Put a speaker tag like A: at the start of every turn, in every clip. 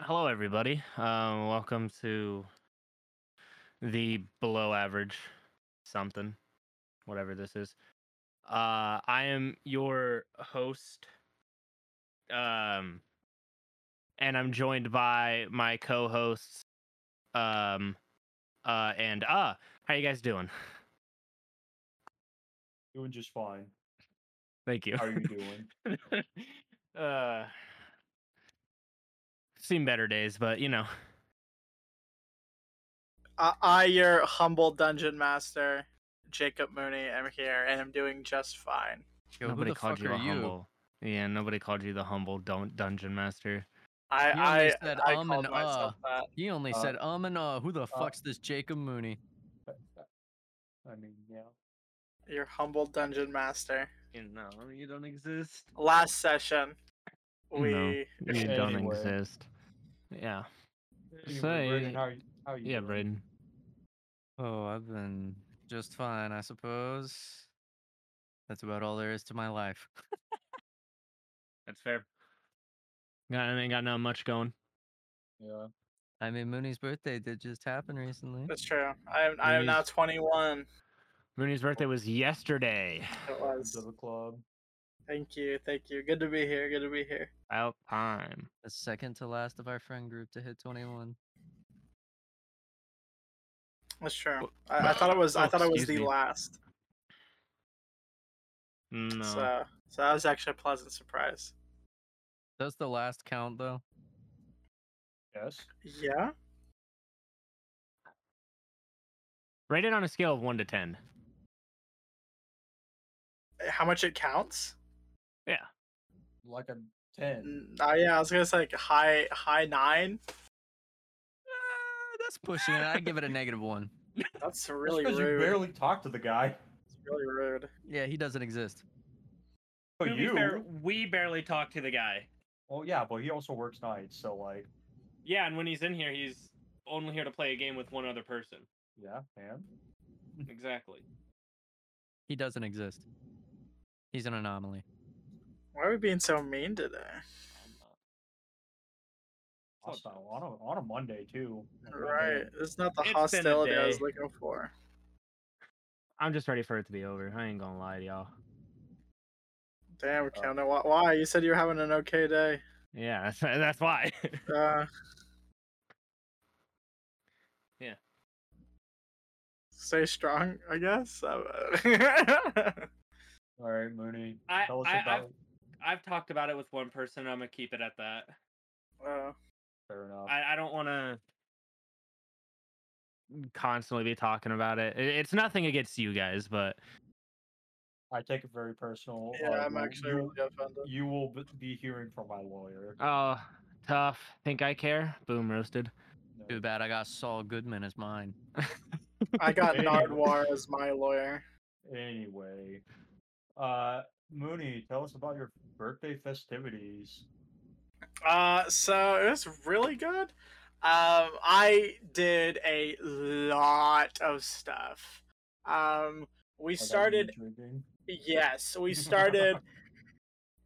A: Hello, everybody. Um, welcome to the below average something, whatever this is. Uh, I am your host, um, and I'm joined by my co-hosts, um, uh, and uh, how you guys doing?
B: Doing just fine.
A: Thank you.
B: How are you doing?
A: uh, seen better days, but you know,
C: I, Uh, I, your humble dungeon master, Jacob Mooney, am here and I'm doing just fine.
D: Yo,
A: nobody
D: who the
A: called
D: fuck
A: you
D: are
A: a
D: you?
A: humble. Yeah, nobody called you the humble don't dungeon master.
C: I, I,
D: You only said
C: I
D: um
C: called
D: and
C: myself that.
D: He only
B: Uh,
D: said um and uh. Who the fuck's this Jacob Mooney?
B: I mean, yeah.
C: Your humble dungeon master.
A: You know, you don't exist.
C: Last session,
A: No.
C: we.
A: You don't
B: Anyway.
A: exist. Yeah. So,
B: Anyway, Brandon,
A: yeah.
B: how are you, how are you
A: Yeah,
B: doing?
A: Braden.
D: Oh, I've been just fine, I suppose. That's about all there is to my life.
A: That's fair. Got, I ain't got not much going.
B: Yeah.
D: I mean, Mooney's birthday did just happen recently.
C: That's true. I am, I am now
A: Mooney's-
C: 21.
A: Mooney's birthday was yesterday.
C: It
B: Welcome to
C: was.
B: the club.
C: Thank you. Thank you. Good to be here. Good to be here.
A: Out time.
D: The second to last of our friend group to hit 21.
C: That's true. I, I thought it was. I
A: Oh,
C: thought it was
A: excuse
C: the
A: me.
C: last.
A: No.
C: So, so that was actually a pleasant surprise.
D: Does the last count though?
B: Yes.
C: Yeah.
A: Rate it on a scale of one to ten.
C: How much it counts?
B: Like a 10.
C: Mm, Oh yeah, I was gonna say like high, high nine.
D: Uh, that's pushing it. I give it a negative one.
C: That's really
B: Because
C: rude.
B: you barely talked to the guy.
C: It's really rude.
D: Yeah, he doesn't exist.
B: Oh,
A: To be
B: you.
A: fair, we barely talked to the guy.
B: Well, yeah, but he also works nights, so like,
A: Yeah, and when he's in here, he's only here to play a game with one other person.
B: yeah, man.
A: Exactly.
D: He doesn't exist. He's an anomaly.
C: Why are we being so mean today?
B: Hostile on a, on a Monday too.
C: Right. It's not the
A: It's been a
C: hostility I was
A: day.
C: looking for.
A: I'm just ready for it to be over. I ain't gonna lie to y'all.
C: Damn,
A: Oh.
C: Kendall. Why, why? You said you were having an okay day.
A: Yeah, that's that's why.
C: Uh,
A: Yeah.
C: Stay strong, I guess. Oh, Uh,
B: All right, Mooney.
A: I-
B: tell us
A: I-
B: about.
A: I've- I've talked about it with one person. I'm gonna keep it at that.
C: uh,
B: Fair enough.
A: I, I don't want to constantly be talking about it. I- It's nothing against you guys, but
B: I take it very personal.
C: yeah,
B: Uh,
C: I'm
B: you-
C: actually
B: You,
C: really offended.
B: you will b- be hearing from my lawyer.
A: oh, tough. Think I care? Boom, roasted.
B: No.
D: Too bad I got Saul Goodman as mine.
C: I got
B: Anyway.
C: Nardwar as my lawyer.
B: Anyway, uh, Mooney, tell us about your birthday festivities.
C: Uh, so it was really good. Um, I did a lot of stuff. Um, we
B: Like, I
C: started.
B: mean, drinking.
C: Yes, we started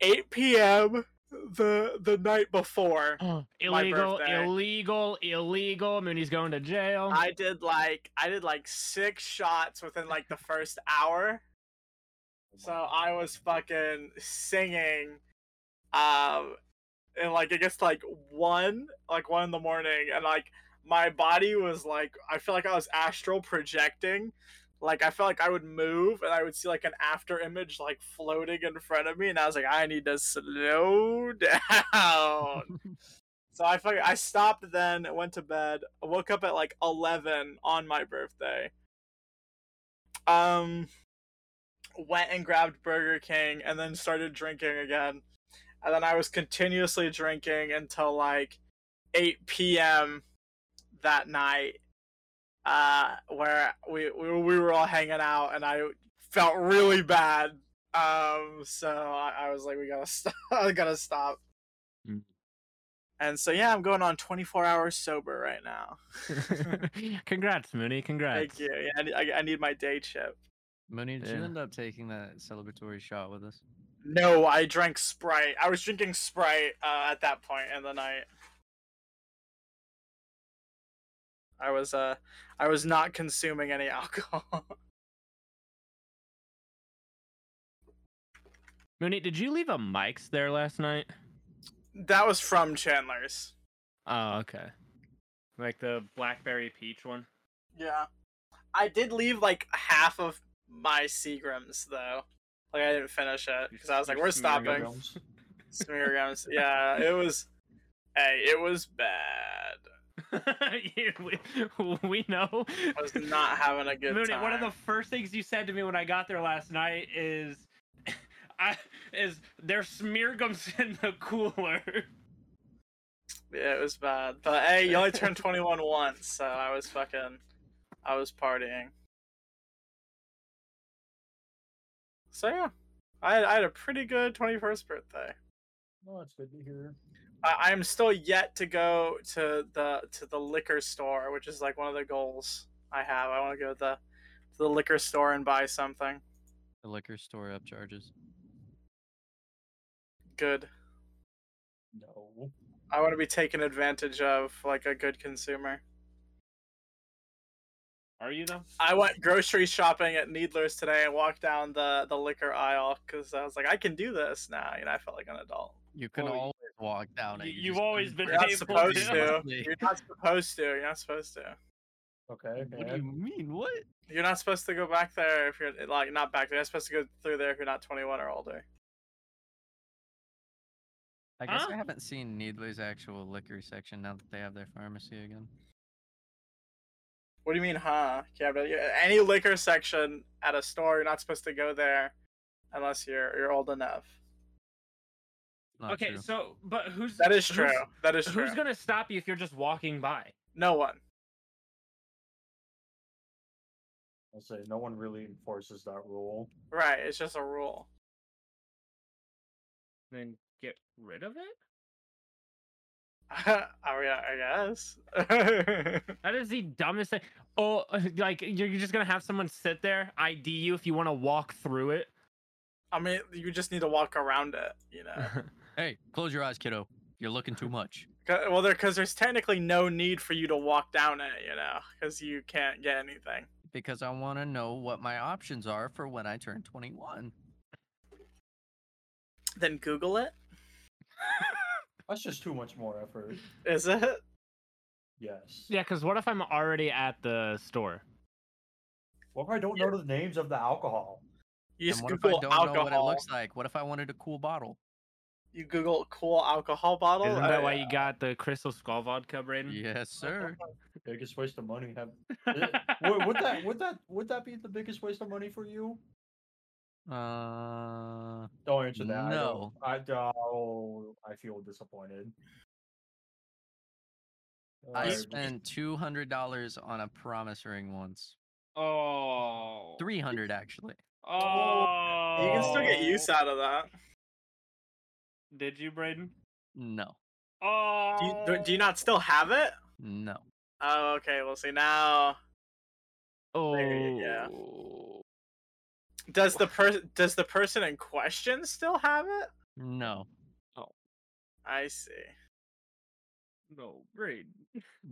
C: 8 p.m. the the night before.
A: illegal,
C: birthday.
A: illegal, illegal. Mooney's going to jail.
C: I did like I did like six shots within like the first hour. So I was fucking singing um and like it gets to, like one like one in the morning and like my body was like I feel like I was astral projecting. Like I felt like I would move and I would see like an after image like floating in front of me and I was like, I need to slow down. So I fucking, I stopped then, went to bed, I woke up at like eleven on my birthday. Um went and grabbed Burger King and then started drinking again. And then I was continuously drinking until like eight PM that night. Uh where we we, we were all hanging out and I felt really bad. Um so I, I was like we gotta stop I gotta stop.
A: Mm.
C: And so yeah, I'm going on 24 hours sober right now.
A: congrats, Mooney. Congrats.
C: Thank you. Yeah, I ne- I, I need my day chip.
D: Mooney, did
A: Yeah.
D: you end up taking that celebratory shot with us?
C: No, I drank Sprite. I was drinking Sprite uh, at that point in the night. I was uh I was not consuming any alcohol.
A: Mooney, did you leave a mics there last night?
C: that was from Chandler's.
A: Oh, okay. Like the blackberry peach one.
C: Yeah. I did leave like half of my Seagrams though. Like I didn't finish it because I was like,
A: Your
C: we're
A: smeargrams.
C: stopping. Smeargrams. Yeah, it was. Hey, it was bad.
A: You- we, we know.
C: I was not having a good
A: Mooney,
C: time.
A: one of the first things you said to me when I got there last night is, I is there's smear gums in the cooler.
C: Yeah, it was bad. But hey, you only turned 21 once, so I was fucking. I was partying. So yeah, I, I had a pretty good 21st birthday.
B: Oh, that's good to hear.
C: I, I'm still yet to go to the to the liquor store, which is like one of the goals I have. I want to go to the to the liquor store and buy something
D: The liquor store upcharges.
C: good.
B: No.
C: I want to be taken advantage of like a good consumer.
A: Are you though?
C: I went grocery shopping at Needler's today and walked down the the liquor aisle because I was like, I can do this now. You know, I felt like an adult.
D: You can
A: Well, you-
D: always walk down it.
A: you-
D: you
A: you've
D: just
A: always
D: couldn't
A: been
C: You're not
A: able
C: supposed
A: to.
C: to.
D: Yeah.
C: You're not supposed to. You're not supposed to.
B: Okay.
D: What do
B: and-
D: you mean? What?
C: You're not supposed to go back there if you're like not back there. You're not supposed to go through there if you're not 21 or older.
D: I guess
A: Huh?
D: I haven't seen Needley's actual liquor section now that they have their pharmacy again.
C: What do you mean, huh? Yeah, but yeah, any liquor section at a store, you're not supposed to go there unless you're you're old enough.
D: Not
A: okay,
D: true.
A: so but who's
C: That is
A: who's-
C: true. That is true.
A: Who's gonna stop you if you're just walking by?
C: No one.
B: I'll say no one really enforces that rule.
C: Right. It's just a rule.
A: Then get rid of it.
C: I, mean, Oh, I guess. I
A: That is the dumbest thing. Oh, like you're, you're just gonna have someone sit there, ID you if you want to walk through it.
C: mean, you just need to walk around it, you know.
D: Hey, close your eyes, kiddo. You're looking too much.
C: 'Cause- Well, there because there's technically no need for you to walk down it, you know, because you can't get anything.
D: Because I want to know what my options are for when I turn 21.
C: Then Google it.
B: That's just too much more effort.
C: Is it?
B: Yes.
A: yeah, because what if I'm already at the store?
B: What if I don't know the names of the alcohol?
C: You just
D: and what
C: Google
D: if I don't know
C: alcohol.
D: what it looks like? What if I wanted a cool bottle?
C: You Google cool alcohol bottle.
A: Isn't that
C: I-
A: why you got the Crystal Skull vodka, Braden?
D: Yes, sir.
B: Biggest waste of money. Have would, would that would that would that be the biggest waste of money for you?
D: Uh,
B: Don't answer that.
D: No.
B: I don't, I, oh, I feel disappointed.
D: I
B: Alright,
D: spent two hundred dollars on a promise ring once.
A: Oh.
D: Three hundred actually.
A: Oh.
C: You can still get use out of that.
A: Did you, Braden?
D: No,
A: Oh.
C: Do you, do, do you not still have it?
D: no.
C: Oh, okay. Well, see now,
A: Oh.
C: you does the person does the person in question still have it?
D: No,
C: I see.
A: No, Braden.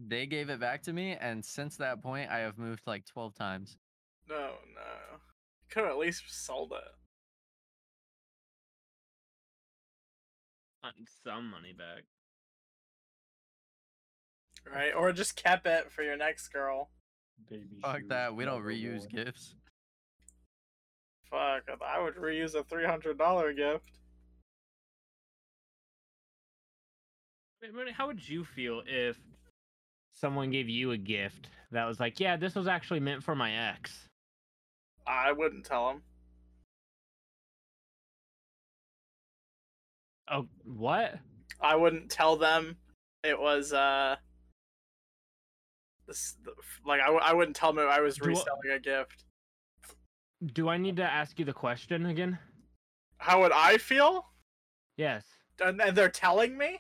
D: they gave it back to me, and since that point, I have moved like twelve times.
C: No, Oh, no. Could have at least sold it.
A: Gotten Some money back.
C: Right, or just kept it for your next girl.
B: baby
D: Fuck
B: shoes,
D: that. We don't
B: never
D: reuse
B: worn.
D: gifts.
C: Fuck, I would reuse a three hundred dollar gift.
A: Wait, Mooney, How would you feel if someone gave you a gift that was like, yeah, this was actually meant for my ex?
C: I wouldn't tell him.
A: Oh, what?
C: I wouldn't tell them it was uh. This, the- f- like I, w- I wouldn't tell them I was
A: Do I-
C: reselling a gift.
A: Do I need to ask you the question again?
C: How would I feel?
A: Yes.
C: And, and they're telling me?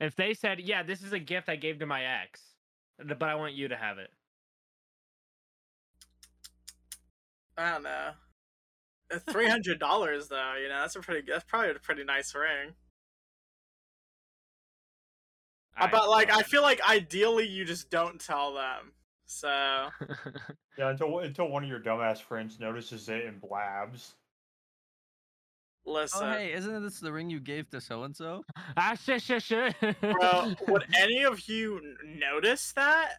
A: If they said, yeah, this is a gift I gave to my ex, but I want you to have it.
C: I don't know. Uh, Three hundred dollars though, you know, that's a pretty that's probably a pretty nice ring.
A: I-
C: Uh, but like I feel like ideally you just don't tell
A: Oh,
C: them. So
B: Yeah, until until one of your dumbass friends notices it and blabs.
C: listen,
D: Oh, hey, isn't this the ring you gave to so and so?
A: ah, shit, shit, shit.
C: bro, would any of you n- notice that?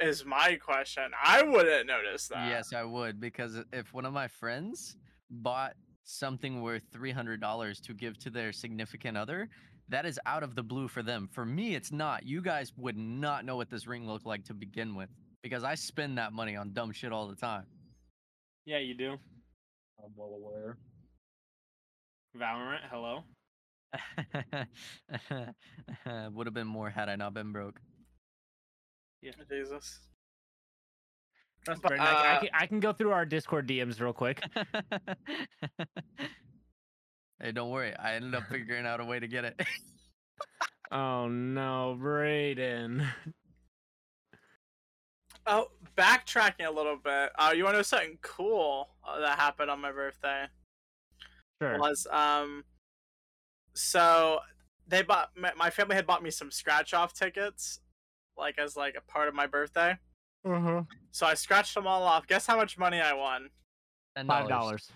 C: Is my question. I wouldn't notice that.
D: Yes, I would because i- if one of my friends bought something worth three hundred dollars to give to their significant other, that is out of the blue for them. For me, it's not. You guys would not know what this ring looked like to begin with because I spend that money on dumb shit all the time.
A: yeah, you do.
B: I'm well aware.
A: Valorant, hello.
D: would have been more had I not been broke.
C: Jesus.
A: Trust
C: But,
A: Brandon, I, can- I
C: uh,
A: can, I can go through our Discord DMs real quick.
D: hey, don't worry. I ended up figuring out a way to get it.
A: Oh no, Brayden.
C: Oh, backtracking a little bit. Uh, you want to know something cool uh, that happened on my birthday?
A: Sure.
C: was um so they bought my, my family had bought me some scratch off tickets like as like a part of my birthday
A: Uh-huh.
C: so i scratched them all off guess how much money i won
D: $10.
A: Five dollars.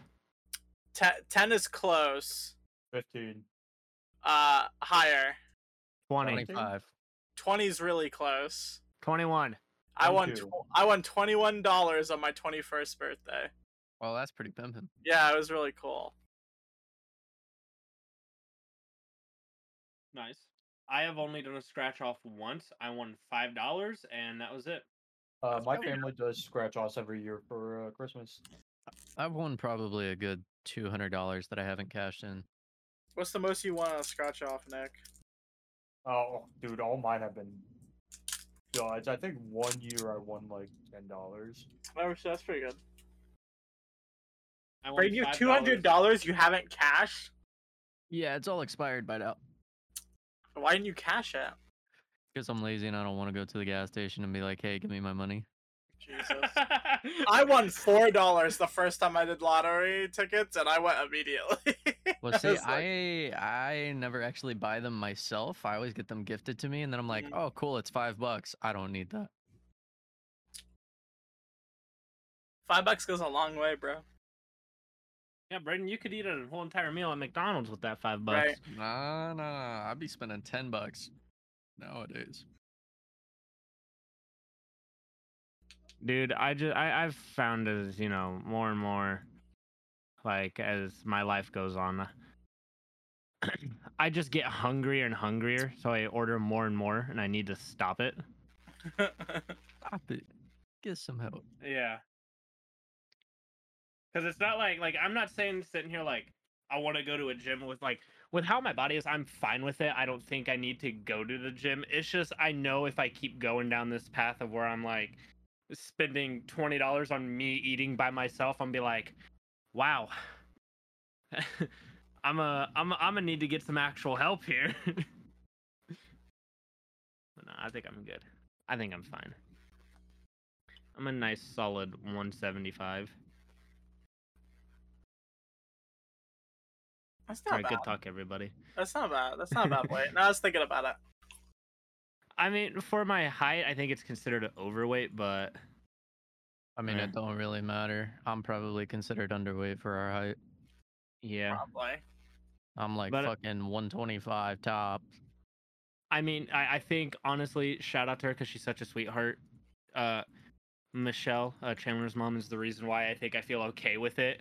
C: Te- 10 is close
B: Fifteen.
C: uh higher
A: Twenty.
D: Twenty-five.
C: 20 is really close
A: Twenty-one.
C: i won
B: Thank you.
C: tw- i won 21 dollars on my 21st birthday
D: Well, that's pretty pimpin'.
C: yeah it was really cool
A: Nice. I have only done a scratch off once. I won five dollars, and that was it.
B: Uh,
C: That's
B: my
C: probably not-
B: family does scratch offs every year for uh, Christmas.
D: I've won probably a good two hundred dollars that I haven't cashed in.
C: what's the most you won on a scratch off nick
B: Oh, dude, all mine have been. Gods, I think one year I won like ten dollars.
C: Oh, so that's pretty good
A: I
C: bring you $200 you haven't cashed
D: Yeah, it's all expired by now.
C: why didn't you cash it
D: Because I'm lazy and I don't want to go to the gas station and be like, "Hey, give me my money."
C: jesus I won four dollars the first time I did lottery tickets, and I went immediately.
D: Well, see,
C: It's like-
D: I I never actually buy them myself. I always get them gifted to me, and then I'm like,
C: Mhm.
D: "Oh, cool, it's five bucks. I don't need that."
C: Five bucks goes a long way, bro.
A: Yeah, Brayden, you could eat a whole entire meal at McDonald's with that five bucks.
C: Right.
D: Nah, nah, nah. I'd be spending ten bucks nowadays.
A: dude i just I, i've found as you know more and more like as my life goes on uh, i just get hungrier and hungrier so i order more and more and i need to stop it
D: Stop it. Get some help.
A: yeah because it's not like like i'm not saying sitting here like i want to go to a gym with like with how my body is i'm fine with it i don't think i need to go to the gym it's just i know if i keep going down this path of where i'm like spending $20 on me eating by myself i'm be like wow i'm a i'm a, i'm gonna need to get some actual help here but no, i think i'm good i think i'm fine i'm a nice solid 175
C: That's
A: all
C: not
A: right
C: bad.
A: good talk everybody
C: That's not bad. That's not a bad weight. No, I was thinking about it.
A: I mean, for my height, I think it's considered overweight, but
D: I mean,
A: Yeah.
D: it don't really matter. I'm probably considered underweight for our height.
A: yeah.
C: Probably.
D: I'm like
A: But-
D: fucking 125 top.
A: I mean, I, I think honestly, shout out to her because she's such a sweetheart. Uh, Michelle, uh, Chandler's mom, is the reason why I think I feel okay with it.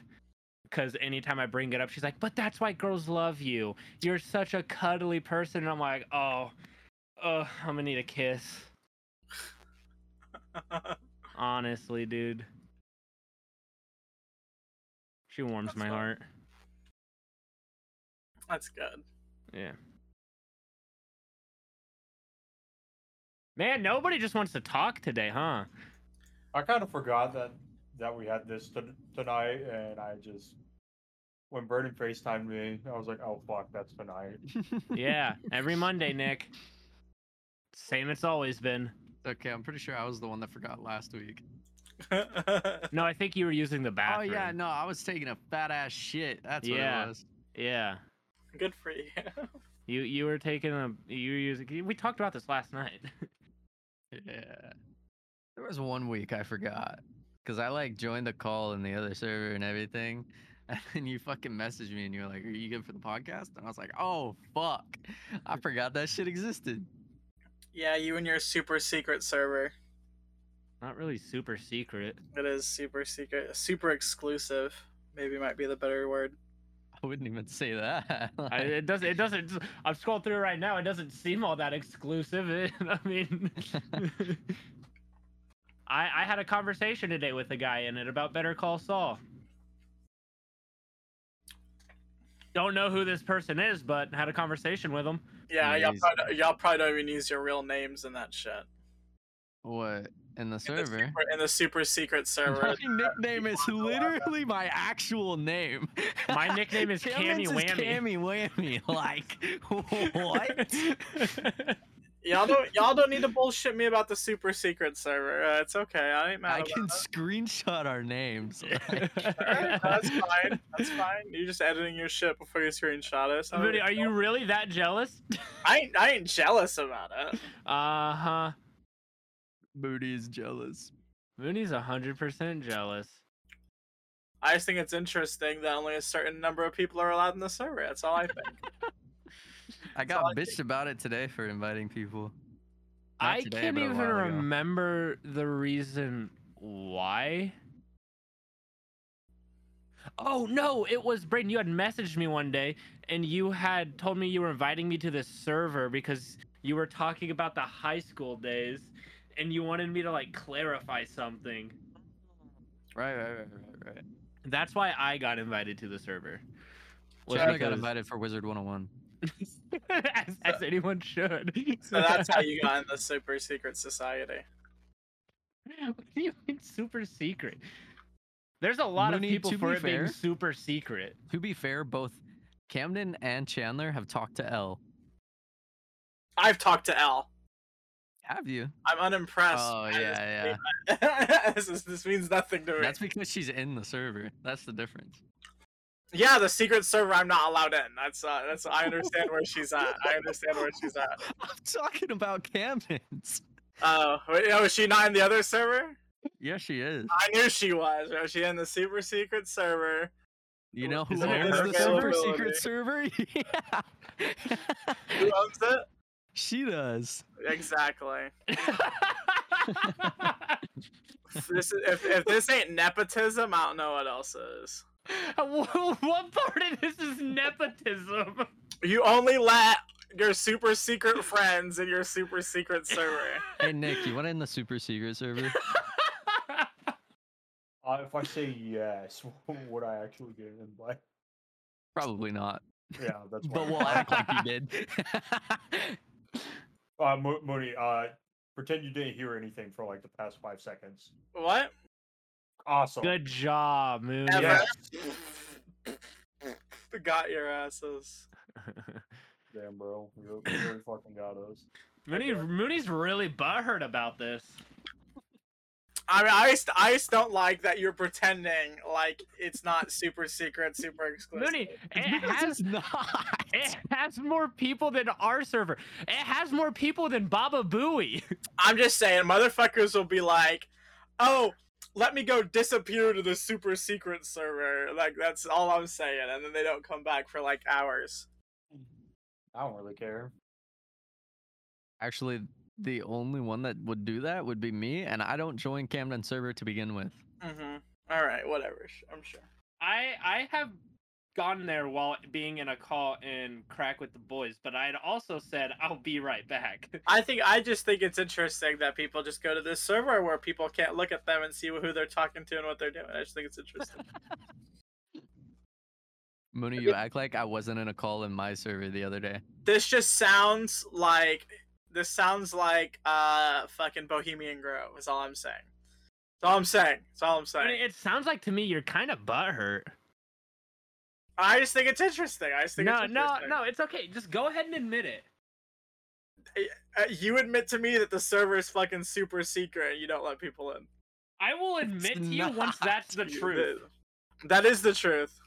A: Because anytime I bring it up, she's like, "But that's why girls love you. You're such a cuddly person." And I'm like, "Oh, uh, I'm gonna need a kiss." Honestly, dude, she warms
C: That's
A: my
C: fair.
A: heart.
C: That's good.
A: Yeah. Man, nobody just wants to talk today, huh?
B: I kind of forgot that that we had this t- tonight, and I just when Brandon Facetimed me, I was like, "Oh fuck, that's tonight."
A: Yeah, every Monday, Nick. Same it's always been.
D: Okay, I'm pretty sure I was the one that forgot last week.
A: No, I think you were using the bathroom.
D: Oh yeah, no, I was taking a fat ass shit. That's
A: Yeah.
D: what it was.
A: Yeah.
C: good for you.
A: You you were taking a you were using we talked about this last night.
D: Yeah. There was one week I forgot because I like joined the call in the other server and everything. And then you fucking messaged me and you were like, Are you good for the podcast? And I was like, Oh, fuck. I forgot that shit existed.
C: Yeah, you and your super secret server.
A: Not really super secret.
C: It is super secret, super exclusive. Maybe might be the better word.
D: I wouldn't even say that.
A: I,
D: Like,
A: it doesn't. It doesn't. I'm scrolling through it right now. It doesn't seem all that exclusive. It, I mean, I I had a conversation today with a guy in it about Better Call Saul. Don't know who this person is, but had a conversation with him.
C: Yeah, y'all
D: Amazing.
C: probably, y'all probably don't even use your real names in that shit.
D: what?
C: In
D: In the
C: the
D: server?
C: super- in the super secret server.
D: My nickname is
C: people allow that.
D: literally my actual name.
A: My nickname is Cammy
D: Cameron's is
A: Whammy.
D: Cammy Whammy. Like, what?
C: y'all don't y'all don't need to bullshit me about the super secret server. Uh, it's okay. I ain't mad.
D: I
C: about
D: can
C: it.
D: screenshot our names.
C: Alright, That's fine. That's fine. You're just editing your shit before you screenshot us. I don't
A: Vinny,
C: really
A: are you
C: care.
A: really that jealous?
C: I ain't, I ain't jealous about it.
A: Uh huh.
D: Moody is jealous.
A: Mooney's hundred percent jealous.
C: I just think it's interesting that only a certain number of people are allowed in the server. That's all I think.
D: I
C: That's all
D: got
C: I
D: bitched about it today for inviting people. Not
A: I
D: today,
A: can't
D: but a
A: even
D: while ago.
A: remember the reason why. Oh no, it was Brayden. You had messaged me one day and you had told me you were inviting me to this server because you were talking about the high school days and you wanted me to like clarify something.
D: Right, right, right, right, right.
A: That's why I got invited to the server. Was
D: Chandler got
A: because-
D: invited for Wizard 101.
A: as, as anyone should.
C: So that's how you got in the super secret society.
A: what do you mean super secret? There's a lot
D: Mooney,
A: of people
D: to
A: for
D: be
A: it
D: fair-
A: being super secret.
D: To be fair, both Camden and Chandler have talked to L.
C: I've talked to L.
D: Have you?
C: I'm unimpressed.
D: Oh
C: I
D: yeah,
C: just-
D: yeah.
C: this, is, this means nothing to me.
D: That's because she's in the server. That's the difference.
C: Yeah, the secret server. I'm not allowed in. That's uh, that's. I understand where she's at. I understand where she's at.
D: I'm talking about Camden's.
C: Oh, wait, oh, is she not in the other server?
D: Yeah, she is.
C: I knew she was. Was she in the super secret server?
D: You know who
A: Isn't it
D: owns
A: her
D: the super
C: availability?
D: secret server? yeah.
C: Who owns it?
D: she does.
C: Exactly. This is, if, if this ain't nepotism, I don't know what else is.
A: what part of this is nepotism?
C: You only let your super secret friends in your super secret server.
D: Hey Nick, you want in the super secret server?
B: Uh, if I say yes, would I actually get an invite?
D: Probably not.
B: Yeah, that's
D: But
B: why.
D: we'll act like you did.
B: Uh, Mo- Mooney, uh, pretend you didn't hear anything for like the past five seconds.
C: What?
B: Awesome.
A: Good job, Moon.
C: Ever.
B: Yeah.
C: Got your asses.
B: Damn, bro. You you really fucking got us.
A: Mooney, Mooney's really butthurt about this.
C: I mean, I just, I just don't like that you're pretending like it's not super secret, super exclusive.
A: Mooney, it
D: Because
A: has
D: it's not.
A: It has more people than our server. It has more people than Baba Booey.
C: I'm just saying, motherfuckers will be like, "Oh, let me go disappear to the super secret server." Like that's all I'm saying, and then they don't come back for like hours.
B: I don't really care.
D: Actually, the only one that would do that would be me, and I don't join Camden server to begin with.
C: Mm-hmm. All right, whatever. sh- I'm sure.
A: I I have gone there while being in a call and crack with the boys, but I had also said I'll be right back.
C: I think I just think it's interesting that people just go to this server where people can't look at them and see who they're talking to and what they're doing. I just think it's interesting.
D: Mooney, you act like I wasn't in a call in my server the other day.
C: this just sounds like this sounds like uh fucking Bohemian Grove. Is all I'm saying. That's all I'm saying. That's all I'm
A: I
C: saying.
A: mean, it sounds like to me you're kind of butthurt.
C: I just think it's interesting. I just think
A: No,
C: it's
A: no,
C: interesting.
A: no. It's okay. Just go ahead and admit it.
C: Uh, you admit to me that the server is fucking super secret and you don't let people in.
A: I will admit to you once that's the
C: You-
A: truth.
C: that- That is the truth.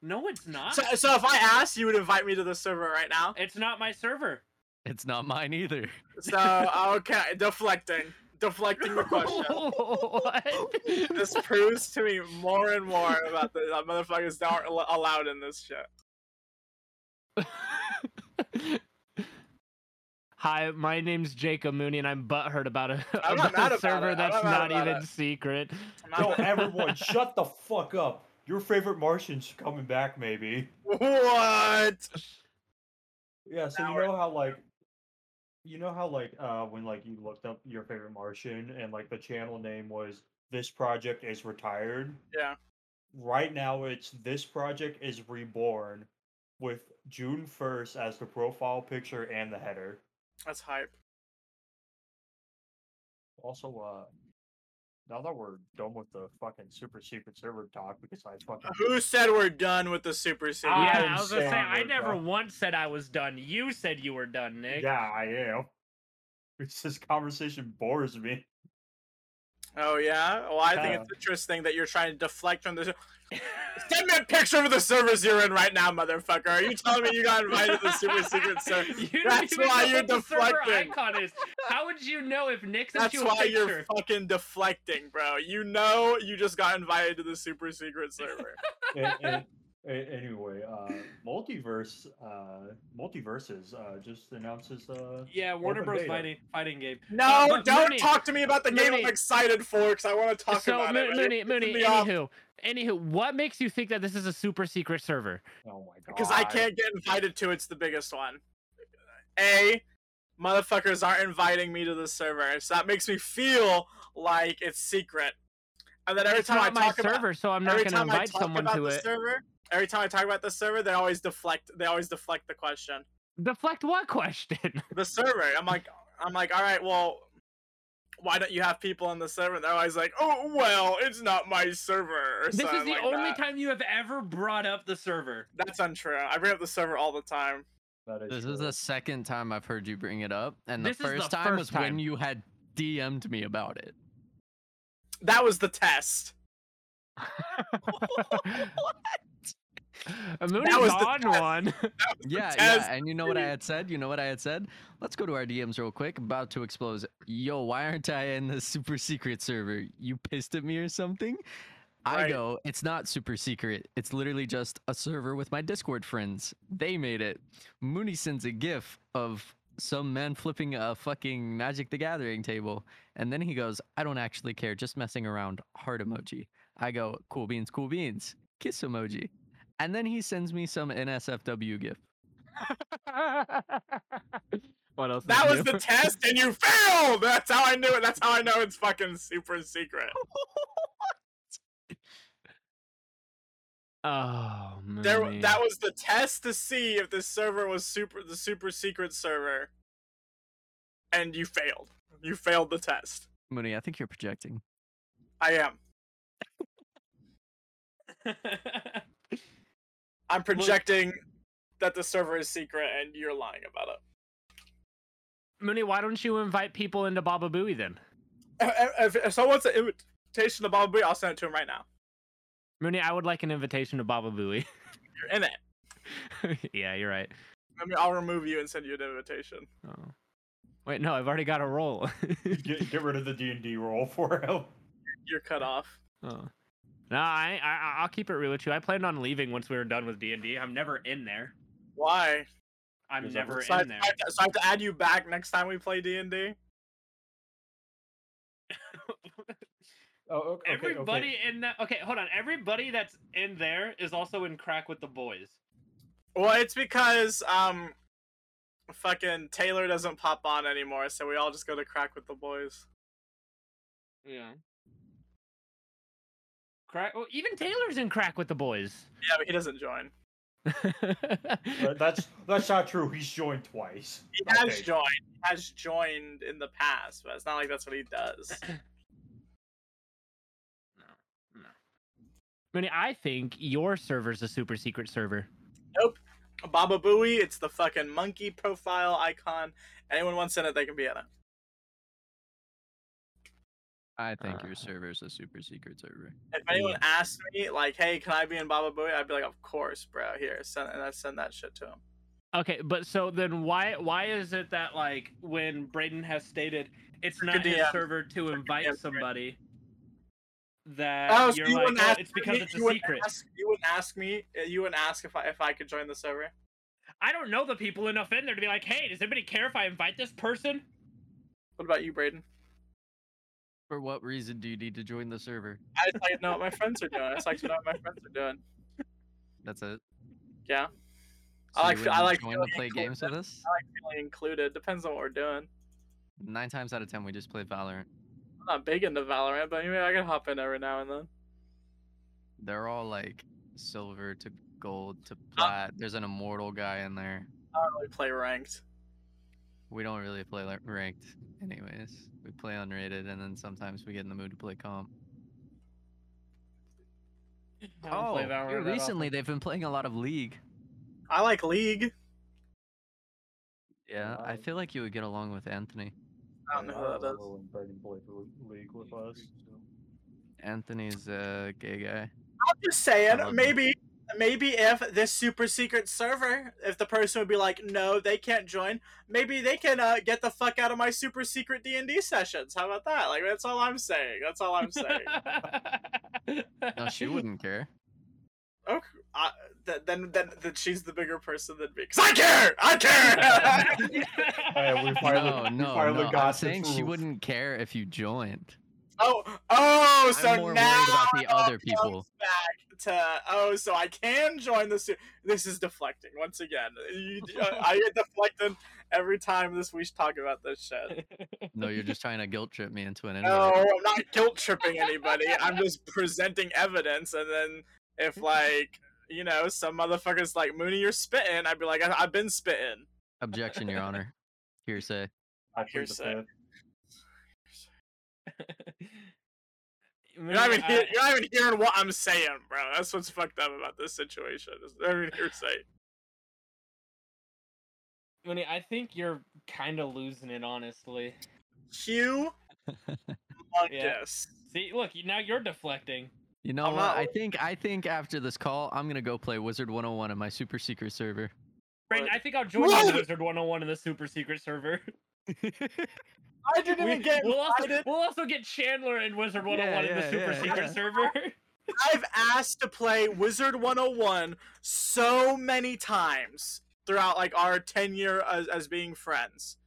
A: No, it's not.
C: So, so if I asked, you would invite me to the server right now.
A: It's not my server.
D: It's not mine either.
C: So okay, deflecting, deflecting the question.
A: what?
C: this proves to me more and more about the, that motherfuckers aren't al- allowed in this shit.
A: Hi, my name's Jacob Mooney, and I'm butthurt about a,
C: I'm not
A: about
C: mad
A: a
C: about
A: server
C: it. I'm
A: that's
C: not mad
A: not,
C: about
A: even
C: it.
A: secret.
C: I'm
B: Yo,
C: not-
B: everyone, shut the fuck up. Your favorite Martian's coming back, maybe.
C: what?
B: Yeah, so you
C: Howard.
B: know how like you know how like uh when like you looked up your favorite Martian and like the channel name was This Project is Retired?
C: Yeah.
B: Right now it's This Project is Reborn with June 1st as the profile picture and the header.
C: That's hype.
B: Also, uh now that we're done with the fucking super secret server talk because I fucking
C: Who said we're done with the super
B: I
C: secret?
A: Ah. yeah,
B: am
A: I was gonna say
B: saying
A: I
B: we're
A: never
B: done.
A: once said I was done. You said you were done, Nick.
B: Yeah, I am. It's this conversation bores me.
C: Oh yeah. Well, I think
B: Uh.
C: it's interesting that you're trying to deflect from the. Send me a picture of the servers you're in right now, motherfucker. Are you telling me you got invited to the super secret server?
A: You
C: That's
A: don't even
C: why
A: know
C: you're
A: what the server
C: deflecting.
A: icon is. How would you know if Nick sent
C: That's
A: you a
C: why
A: picture?
C: you're fucking deflecting, bro. You know you just got invited to the super secret server.
B: A- a- a- anyway, uh, multiverse, uh, multiverses uh, just announces. Uh,
A: Yeah, Warner
B: Open
A: Bros.
B: beta.
A: Fighting, fighting game.
C: No,
A: Uh, but
C: don't
A: Mooney-
C: talk to me about the game
A: Mooney-
C: I'm excited for because I want to talk
A: so
C: about
A: Mo-
C: it. but
A: Mooney,
C: it.
A: Mooney,
C: me off.
A: anywho, anywho, what makes you think that this is a super secret server?
B: oh my god!
C: Because I can't get invited to it's the biggest one. A, motherfuckers aren't inviting me to the server, so that makes me feel like it's secret. And then every
A: it's
C: time I
A: not my
C: talk about
A: server, so I'm not
C: every
A: going to
C: time I
A: invite
C: talk
A: someone
C: about
A: to
C: the
A: it.
C: server, every time I talk about the server, they always deflect. They always deflect the question.
A: Deflect what question?
C: The server. I'm like, I'm like, all right, well, why don't you have people on the server? And they're always like, oh well, it's not my server. Or
A: this is
C: something
A: the
C: like
A: only
C: that.
A: time you have ever brought up the server.
C: That's untrue. I bring up the server all the time.
B: That
D: This is the second time I've heard you bring it up, and the
A: This is the
D: first time
A: first
D: was
A: time.
D: when you had DM'd me about it.
C: That was the test.
A: Mooney's
C: was the
A: on
C: test.
A: one.
D: Yeah,
C: Taz-
D: yeah, and you know what I had said? You know what I had said? Let's go to our DMs real quick. About to explode. Yo, why aren't I in the super secret server? You pissed at me or something? I
C: Right.
D: go, it's not super secret. It's literally just a server with my Discord friends. They made it. Mooney sends a gif of some man flipping a fucking Magic the Gathering table. And then he goes, I don't actually care. Just messing around. Heart emoji. I go, cool beans, cool beans. Kiss emoji. And then he sends me some NSFW gif.
A: what else?
C: That
A: is
C: was
A: new?
C: the test, and you failed. That's how I knew it. That's how I know it's fucking super secret.
A: Oh, Mooney.
C: There, that was the test to see if this server was super the super secret server, and you failed. You failed the test.
D: Mooney, I think you're projecting.
C: I am. I'm projecting that the server is secret, and you're lying about it.
A: Mooney, why don't you invite people into Baba Booey then?
C: If, if, if someone wants an invitation to Bob I'll send it to him right now.
A: Mooney, I would like an invitation to Baba Booey.
C: You're in it.
A: yeah, you're right.
C: I mean, I'll remove you and send you an invitation.
A: Oh. Wait, no, I've already got a roll.
B: Get, get rid of the D and D roll for
C: Oh,
B: him.
C: You're cut off.
A: oh. No, I, I I'll keep it real with you. I planned on leaving once we were done with D and D. I'm never in there.
C: Why?
A: I'm
B: There's a-
A: never
C: So I,
A: in there.
C: I have to, so I have to add you back next time we play D and D.
B: Oh, o- okay, okay.
A: Everybody in that. Okay, hold on. Everybody that's in there is also in crack with the boys.
C: Well, it's because um, fucking Taylor doesn't pop on anymore, so we all just go to crack with the boys.
A: Yeah. Crack. Well, even Taylor's in crack with the boys.
C: Yeah, but he doesn't join.
B: That- That's that's not true. He's joined twice.
C: He
B: I
C: has
B: think.
C: joined. He has joined in the past, but it's not like that's what he does.
A: Mooney, I think your server's a super secret server.
C: Baba Booey, it's the fucking monkey profile icon. Anyone wants in it, they can be in it.
D: I think
A: Uh,
D: your server's a super secret server.
C: If anyone asked me, like, "Hey, can I be in Baba Booey?" I'd be like, "Of course, bro. Here, send and I send that shit to him."
A: Okay, but so then why why is it that like when Braden has stated it's
C: Good
A: not his
C: DM.
A: server to invite
C: DM,
A: somebody. That
C: Oh, so
A: you're
C: you
A: like,
C: wouldn't
A: "Oh,
C: ask
A: it's because
C: me-
A: it's a
C: you wouldn't
A: secret.
C: ask- you wouldn't ask me. You wouldn't ask if I if I could join the server.
A: I don't know the people enough in there to be like, hey, does anybody care if I invite this person?
C: What about you, Braden?
D: For what reason do you need to join the server?
C: I just like to know what my friends are doing. I just like to know what my friends are doing.
D: That's it.
C: Yeah.
D: So
C: I
D: you
C: like-
D: wouldn't
C: I like
D: join
C: feeling
D: to play
C: included.
D: games with us.
C: I like feeling included. Depends on what we're doing.
D: Nine times out of ten, we just play Valorant.
C: I'm not big into Valorant, but maybe I can hop in every now and then.
D: They're all like silver to gold to plat. There's an immortal guy in there.
C: I don't really play ranked.
D: We don't really play like ranked, anyways. We play unrated, and then sometimes we get in the mood to play comp.
A: I don't
D: Oh,
A: play
D: here
A: Valorant that
D: recently they've been playing a lot of League.
C: I like League.
D: Yeah, I
B: Wow.
D: feel like you would get along with Anthony.
C: I don't know who that is.
B: When Braden played for League with us.
D: Anthony's a gay guy.
C: I'm just saying,
D: love him.
C: maybe, maybe if this super secret server, if the person would be like, no, they can't join, maybe they can uh, get the fuck out of my super secret D and D sessions. How about that? Like that's all I'm saying. That's all I'm saying.
A: often.
D: No, she wouldn't care.
C: okay, I, th- then, then, then she's the bigger person than me. 'Cause I care. I care.
B: Hey, we finally,
D: No,
B: we
D: no,
B: finally
D: no.
B: got
D: I'm
B: the
D: saying she
B: truth.
D: wouldn't care if you joined.
C: oh, oh, so
D: I'm more
C: now
D: worried about the other
C: it comes
D: people.
C: Back to oh, so I can join the. Su- this is deflecting once again. You, I get deflected every time this we talk about this shit.
D: No, you're just trying to guilt trip me into an interview.
C: No, I'm not guilt tripping anybody. I'm just presenting evidence, and then if like you know some motherfuckers like Mooney, you're spitting. I'd be like, I- I've been spitting.
D: Objection, Your Honor. Hearsay.
B: I plead the
C: Hearsay.
B: fifth.
C: You're not even hear- you're not even hearing what I'm saying, bro. That's what's fucked up about this situation. It's not even hearsay.
A: Mooney, I think you're kind of losing it, honestly.
C: Q. Monkus.
A: See, look, you- now you're deflecting.
D: You know
C: I'm
D: what?
C: not-
D: I think I think after this call, I'm gonna go play Wizard 101 in my super secret server.
A: Brandon,
C: What?
A: I think I'll join you in
C: What?
A: Wizard 101 in the super secret server.
C: I didn't
A: We,
C: even get
A: will also,
C: invited.
A: we'll also get Chandler in Wizard 101 in
D: yeah,
A: the super
D: yeah,
A: secret
D: yeah.
A: server.
C: I've asked to play Wizard 101 so many times throughout like our tenure as, as being friends.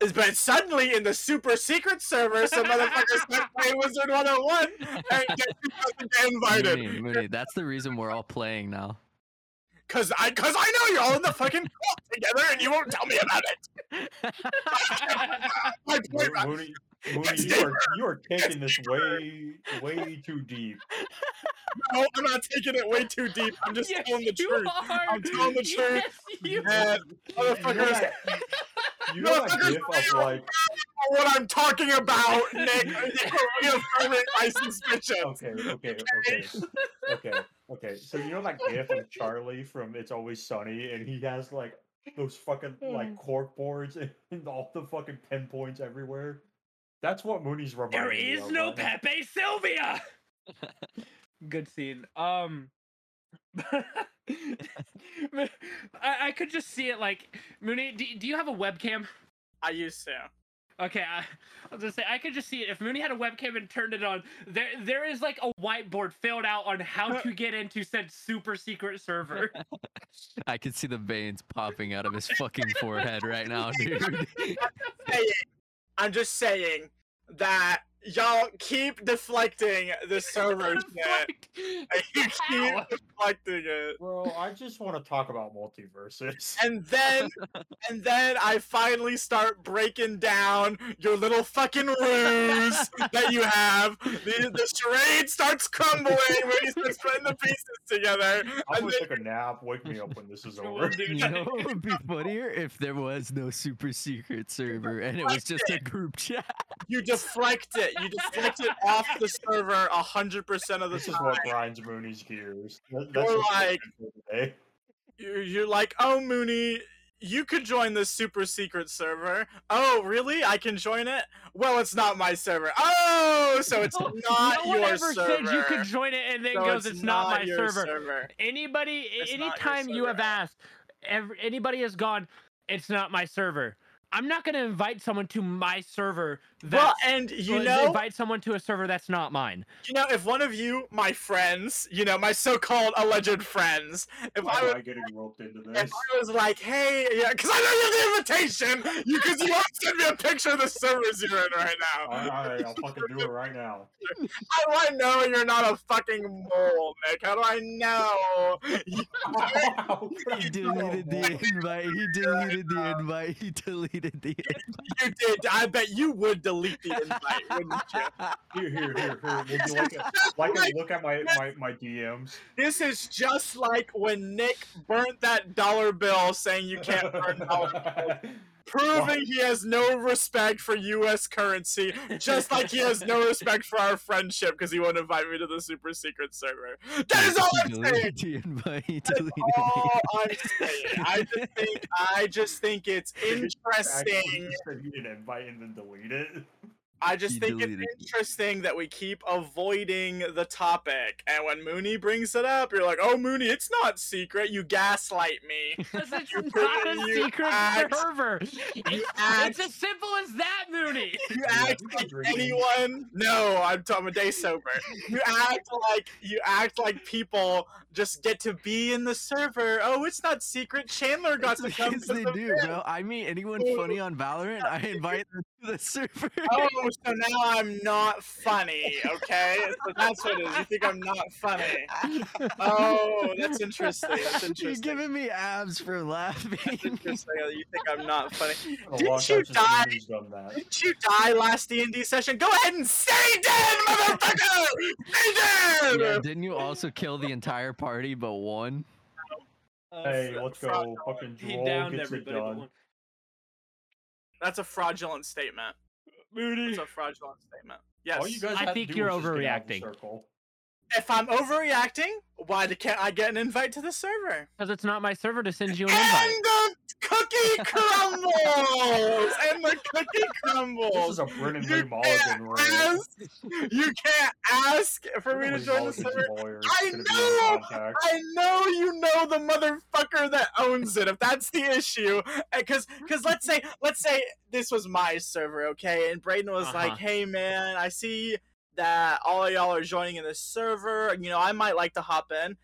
C: Is- But suddenly in the super secret server, some motherfuckers can't play Wizard 101 and get, get invited.
D: Mooney, Mooney, that's the reason we're all playing now.
C: Cause I cause I know you're all in the fucking club together and you won't tell me about it. I play
B: Mo- Mooney, Mooney
C: It's
B: you, are, you are taking this way way too deep.
C: no, I'm not taking it way too deep. I'm just
A: Yes,
C: telling the
A: you
C: truth.
A: Are.
C: I'm telling the truth.
A: Yes, you
C: And
B: You know
C: motherfuckers
B: that, you know that
C: Motherfuckers,
B: gif of like
C: know what I'm talking about, Nick. You're reaffirming my suspicions.
B: okay, okay, okay, okay, okay. So you know that gif of Charlie from It's Always Sunny, and he has like those fucking like cork boards and, all the fucking pinpoints everywhere. That's what Mooney's reminding
A: There
B: me
A: is
B: of
A: no
B: right now.
A: Pepe Sylvia. Good scene. Um, I, I could just see it like Mooney. Do, do you have a webcam?
C: I used to.
A: Okay, I, I was gonna say I could just see it. If Mooney had a webcam and turned it on, there there is like a whiteboard filled out on how to get into said super secret server.
D: I could see the veins popping out of his fucking forehead right now, dude.
C: I'm just saying that y'all keep deflecting the server shit.
A: Fuck.
C: You
A: How?
C: keep deflecting it.
B: Bro, I just want to talk about multiverses.
C: And then, and then I finally start breaking down your little fucking ruse that you have. The, the charade starts crumbling when you start putting the pieces together.
B: I'm
C: And
B: gonna
C: then
B: take a nap. Wake me up when this is
A: Come
B: over.
A: on, dude.
D: You know what would be funnier if there was no super secret server and it was just a group chat.
C: you deflect it. You deflect it off the server hundred percent of the
B: This is
C: time.
B: what grinds Mooney's gears. That-
C: You're
B: That's what
C: like-
B: we're doing today.
C: you're, you're like, oh, Mooney, you could join this super secret server. Oh, really? I can join it? Well, it's not my server. Oh, so it's
A: No-
C: not
A: no one
C: your
A: ever
C: server.
A: said you could join it and then
C: So
A: goes, it's, not, my
C: your
A: server. Anybody,
C: It's not your
A: anytime you have
C: server.
A: asked, every, anybody has gone, it's not my server. I'm not gonna invite someone to my server.
C: well,
A: that's-
C: and you
A: well,
C: know,
A: invite someone to a server that's not mine.
C: you know, if one of you, my friends, you know, my so-called alleged friends, if
B: Why
C: I
B: am
C: was,
B: I getting roped into
C: if
B: this?
C: I was like, hey, yeah, because I know you have the invitation, you because you won't send me a picture of the servers you're in right now.
B: All right, I'll fucking do it right now.
C: How do I know you're not a fucking mole, Nick? How do I know?
B: Wow, what
D: He
B: a terrible
D: deleted the
B: one.
D: invite. He deleted the invite. He deleted the
C: You did. I bet you would delete the invite, wouldn't you?
D: invite.
B: Here, here, here, here. Would you like a, like a look at my, my, my DMs?
C: This is just like when Nick burnt that dollar bill saying you can't burn dollar bills, proving
B: Why?
C: he has no respect for U.S. currency, just like he has no respect for our friendship because he won't invite me to the super secret server. That is all
D: He
C: I'm saying.
D: deleted the invite. He
C: That's
D: deleted
C: All
D: the
C: I'm saying. Oh, I just think I just think it's
B: Actually,
C: interesting.
B: you said you didn't invite and then delete it.
C: I just
D: You
C: think
D: deleted it.
C: it's interesting that we keep avoiding the topic. And when Mooney brings it up, you're like, "Oh, Mooney, it's not secret. You gaslight me."
A: Because it's
C: You
A: not a
C: freaking- you
A: secret
C: act-
A: server. It's,
C: act-
A: it's as simple as that, Mooney.
C: You
B: Yeah,
C: act
B: you
C: like
B: agree.
C: anyone. No, I'm, t- I'm a day sober. You act like you act like people just get to be in the server. Oh, it's not secret. Chandler got to
D: invite.
C: come.
D: Yes,
C: to
D: they
C: the
D: do,
C: event.
D: bro. I meet anyone funny on Valorant, I invite them to the server.
C: Oh, so now I'm not funny, okay? So that's what it is. You think I'm not funny? Oh, that's interesting. That's
D: You're
C: interesting.
D: giving me abs for
C: That's
D: laughing.
C: interesting. that You think I'm not funny?
B: It's been a
C: Didn't
B: long
C: you
B: time since
C: die?
B: anybody's done that.
C: Didn't you die last D and D session? Go ahead and stay dead, motherfucker! Stay dead!
D: Yeah, didn't you also kill the entire party but one?
C: Uh,
B: Hey, let's go. Fucking
A: He
B: Droll
A: downed
B: gets it
A: everybody.
B: done.
C: That's a fraudulent statement.
B: Moody.
C: It's a fraudulent statement. Yes.
B: All you guys
A: I
B: have to
A: think
B: do
A: you're
B: is just get out of the
A: overreacting.
B: circle.
C: if I'm overreacting, why the- can't I get an invite to the server?
A: Because it's not my server to send you an
C: And
A: invite.
C: the cookie crumbles! and the cookie
B: This is
C: crumbles!
B: a Brennan
C: You
B: Lee Mulligan rant.
C: Ask, you can't ask for me
B: Brennan
C: to
B: Lee
C: join the
B: Mulligan's
C: server.
B: lawyer is
C: I
B: gonna be in
C: know!
B: contact.
C: I know you know the motherfucker that owns it. If that's the issue, because because let's say let's say this was my server, okay, and Brayden was like,
A: Uh-huh.
C: "Hey man, I see that all of y'all are joining in this server. You know, I might like to hop in."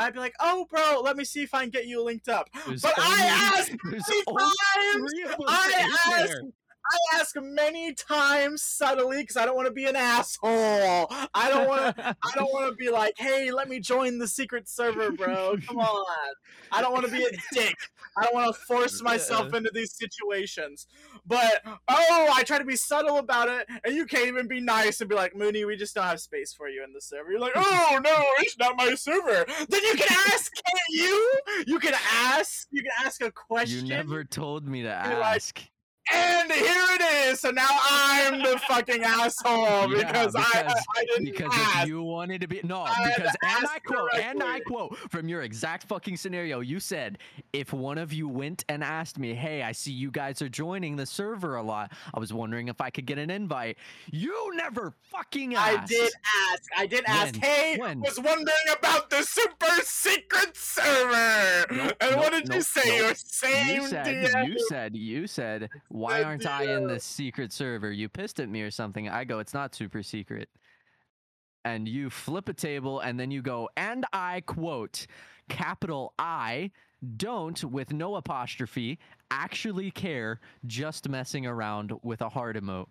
C: I'd be like, "Oh, bro, let me see if I can get you linked up."
D: There's
C: But I asked
D: there's
C: Many
D: only
C: times,
D: Oh, three of us
C: I
D: in
C: asked-
D: there.
C: I ask many times subtly because I don't want to be an asshole. I don't want to. I don't want to be like, hey, let me join the secret server, bro. Come on. I don't want to be a dick. I don't want to force myself into these situations. But oh, I try to be subtle about it, and you can't even be nice and be like, Mooney, we just don't have space for you in the server. You're like, oh no, it's not my server. Then you can ask, can't you? You can ask. You can ask a question.
D: You never told me to
C: You're like,
D: ask.
C: And here it is. So now I'm the fucking asshole
D: Yeah,
C: because, I,
D: because-
C: I didn't
D: Because
C: ask.
D: if you wanted to be no,
C: I had to
D: because and
C: ask
D: I quote and I
C: directly.
D: quote from your exact fucking scenario, you said if one of you went and asked me, "Hey, I see you guys are joining the server a lot. I was wondering if I could get an invite." You never fucking asked.
C: I did ask. I did ask.
D: When?
C: Hey,
D: When?
C: was wondering about the super secret server.
D: Nope,
C: and what
D: nope,
C: did you
D: nope,
C: say?
D: nope.
C: Your same
D: You said,
C: DM.
D: you said, you said, why
C: said
D: aren't I in
C: DM.
D: this secret server? You pissed at me or something. I go, it's not super secret. And you flip a table and then you go, and I quote, capital I don't with no apostrophe actually care just messing around with a heart emote.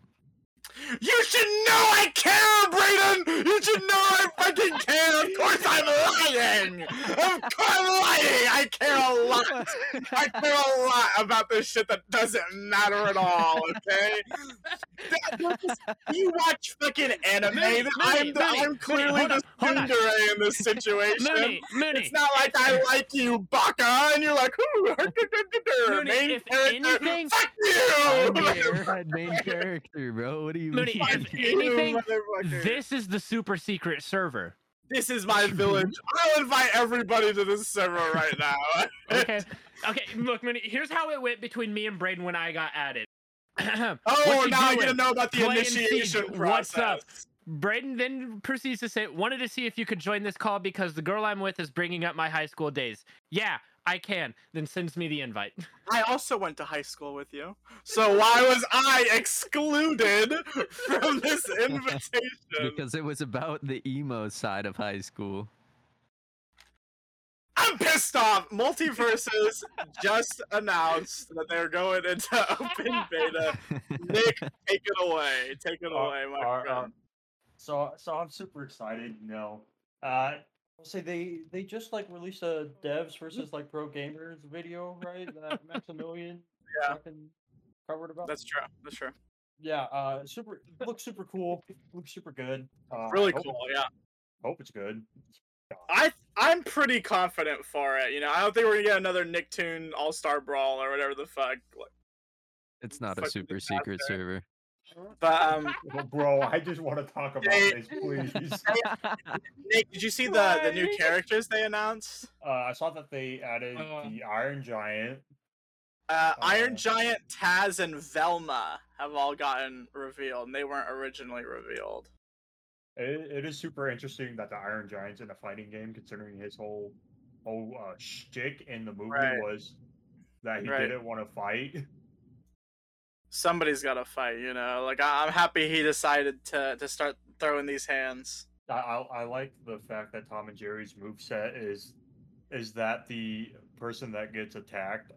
C: You should know I care, Brayden. You should know I fucking care. Of course I'm lying. Of course I'm lying. I care a lot. I care a lot about this shit that doesn't matter at all. Okay. you watch fucking anime.
A: Mooney,
C: I'm,
A: Mooney,
C: the,
A: Mooney,
C: I'm
A: Mooney,
C: clearly
A: hold
C: the
A: up, hold on.
C: tsundere in this situation.
A: Mooney, Mooney.
C: It's not like I like you, Baka, and you're like, ooh,
A: Mooney,
C: main
A: if
C: character,
A: anything- Oh,
C: fuck
D: I'm the
C: you!
D: airhead main character, bro. What do you
A: Mooney,
D: mean?
A: if
C: Fuck you,
A: anything,
C: motherfucker.
A: This is the super secret server.
C: This is my village. I'll invite everybody to this server right now.
A: Okay. okay. Look, Mooney. Here's how it went between me and Braden when I got added.
C: Oh,
A: you
C: now I get to
A: doing?
C: know about the
A: Playing
C: initiation
A: Siege.
C: process.
A: What's up? Braden then proceeds to say, wanted to see if you could join this call because the girl I'm with is bringing up my high school days. Yeah, I can. Then sends me the invite.
C: I also went to high school with you. So why was I excluded from this invitation?
D: because it was about the emo side of high school.
C: I'm pissed off. Multiverses just announced that they're going into open beta. Nick, take it away. Take it
B: Uh,
C: away, my
B: uh, uh,
C: friend.
B: so so I'm super excited. You know, uh, I'll say they they just like released a devs versus like pro gamers video, right? That Maximilian
C: Yeah.
B: fucking covered about.
C: That's true. That's true.
B: yeah. Uh, super looks super cool. Looks super good. Uh,
C: Really
B: hope-
C: cool. Yeah.
B: Hope it's good.
C: I I'm pretty confident for it. You know, I don't think we're gonna get another Nicktoon All Star Brawl or whatever the fuck.
D: It's not a
C: Fucking
D: super secret server.
C: But um,
B: Well, bro, I just want to talk about
C: Hey.
B: this, please.
C: Nick, did you see the the new
A: Right.
C: characters they announced?
B: Uh, I saw that they added
A: Uh.
B: the Iron Giant.
C: Uh, Iron
B: Uh.
C: Giant, Taz, and Velma have all gotten revealed, and they weren't originally revealed.
B: It, it is super interesting that the Iron Giant's in a fighting game, considering his whole whole uh, shtick in the movie
C: Right.
B: was that he
C: Right.
B: didn't want to fight.
C: Somebody's got to fight, you know. Like I- I'm happy he decided to to start throwing these hands.
B: I, I, I like the fact that Tom and Jerry's moveset is is that the person that gets attacked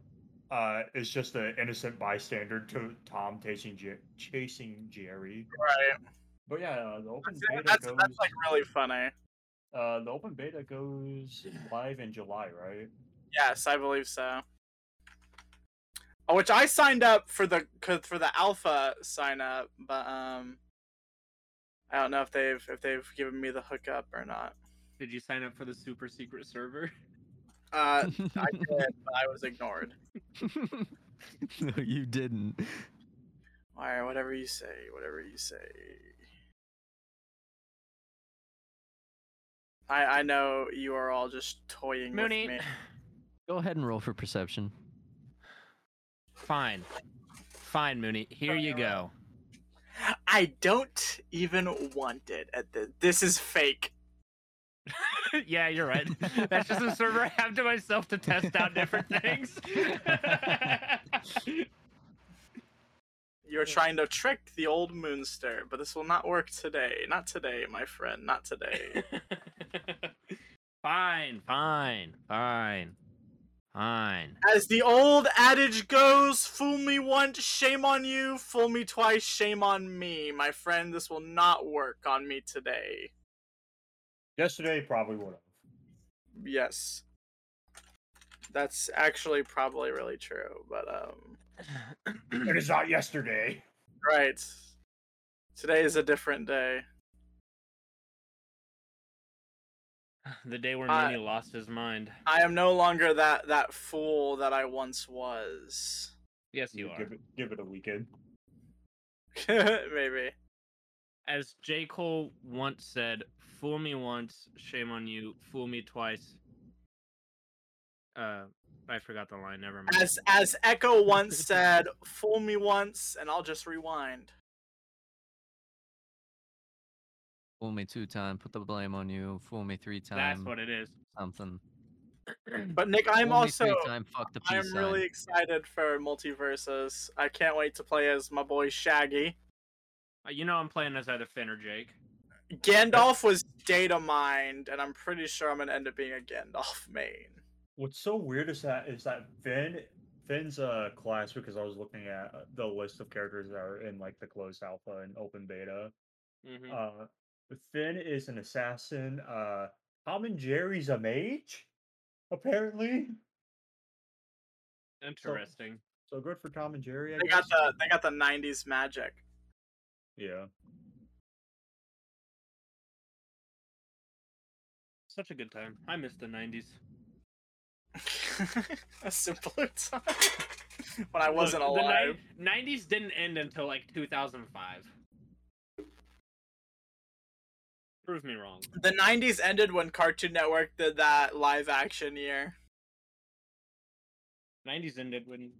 B: uh, is just an innocent bystander to Tom chasing Jer- chasing Jerry.
C: Right.
B: But yeah, uh, the open
C: That's,
B: beta
C: that's,
B: goes.
C: that's like really funny.
B: uh, the open beta goes live in July, right?
C: Yes, I believe so. Oh, which I signed up for the 'cause for the alpha sign up, but um, I don't know if they've if they've given me the hookup or not.
A: Did you sign up for the super secret server?
C: Uh, I did, but I was ignored.
D: no, you didn't.
C: All right, whatever you say, whatever you say. I I know you are all just toying
A: Mooney.
C: with me.
D: Go ahead and roll for perception.
A: Fine. Fine, Mooney. Here you go.
C: I don't even want it. At the this is fake.
A: yeah, you're right. That's just a server I have to myself to test out different things.
C: You're trying to trick the old Moonster, but this will not work today. Not today, my friend. Not today.
A: fine, fine, fine, fine.
C: As the old adage goes, fool me once, shame on you. Fool me twice, shame on me. My friend, this will not work on me today.
B: Yesterday probably would have.
C: Yes. That's actually probably really true, but um
B: It is not yesterday.
C: right. Today is a different day.
A: the day where
C: Uh,
A: Mooney lost his mind.
C: I am no longer that that fool that I once was.
A: Yes, you are.
B: Give it, give it a weekend.
C: Maybe.
A: As J. Cole once said, fool me once, shame on you. Fool me twice. Uh, I forgot the line. Never mind.
C: As as Echo once said, "Fool me once, and I'll just rewind."
D: Fool me two time, put the blame on you. Fool me three time,
A: That's what it is.
D: something.
C: But Nick, I'm
D: Fool me
C: also
D: three time, fuck the peace
C: I'm really excited for multiverses. I can't wait to play as my boy Shaggy.
A: Uh, You know I'm playing as either Finn or Jake.
C: Gandalf was data mined, and I'm pretty sure I'm gonna end up being a Gandalf main.
B: What's so weird is that is that Finn Finn's uh class because I was looking at uh, the list of characters that are in like the closed alpha and open beta.
A: Mhm.
C: Mm-hmm.
B: Uh, Finn is an assassin. Uh, Tom and Jerry's a mage, apparently.
A: Interesting.
B: So good for Tom and Jerry. I
C: They
B: guess.
C: got the they got the '90s magic.
B: yeah.
A: Such a good time. I miss the 90s.
C: a simpler time when I wasn't
A: Look, the
C: alive.
A: ni- 90s didn't end until like 2005. Prove me wrong.
C: The '90s ended when Cartoon Network did that live action year.
A: 90s ended when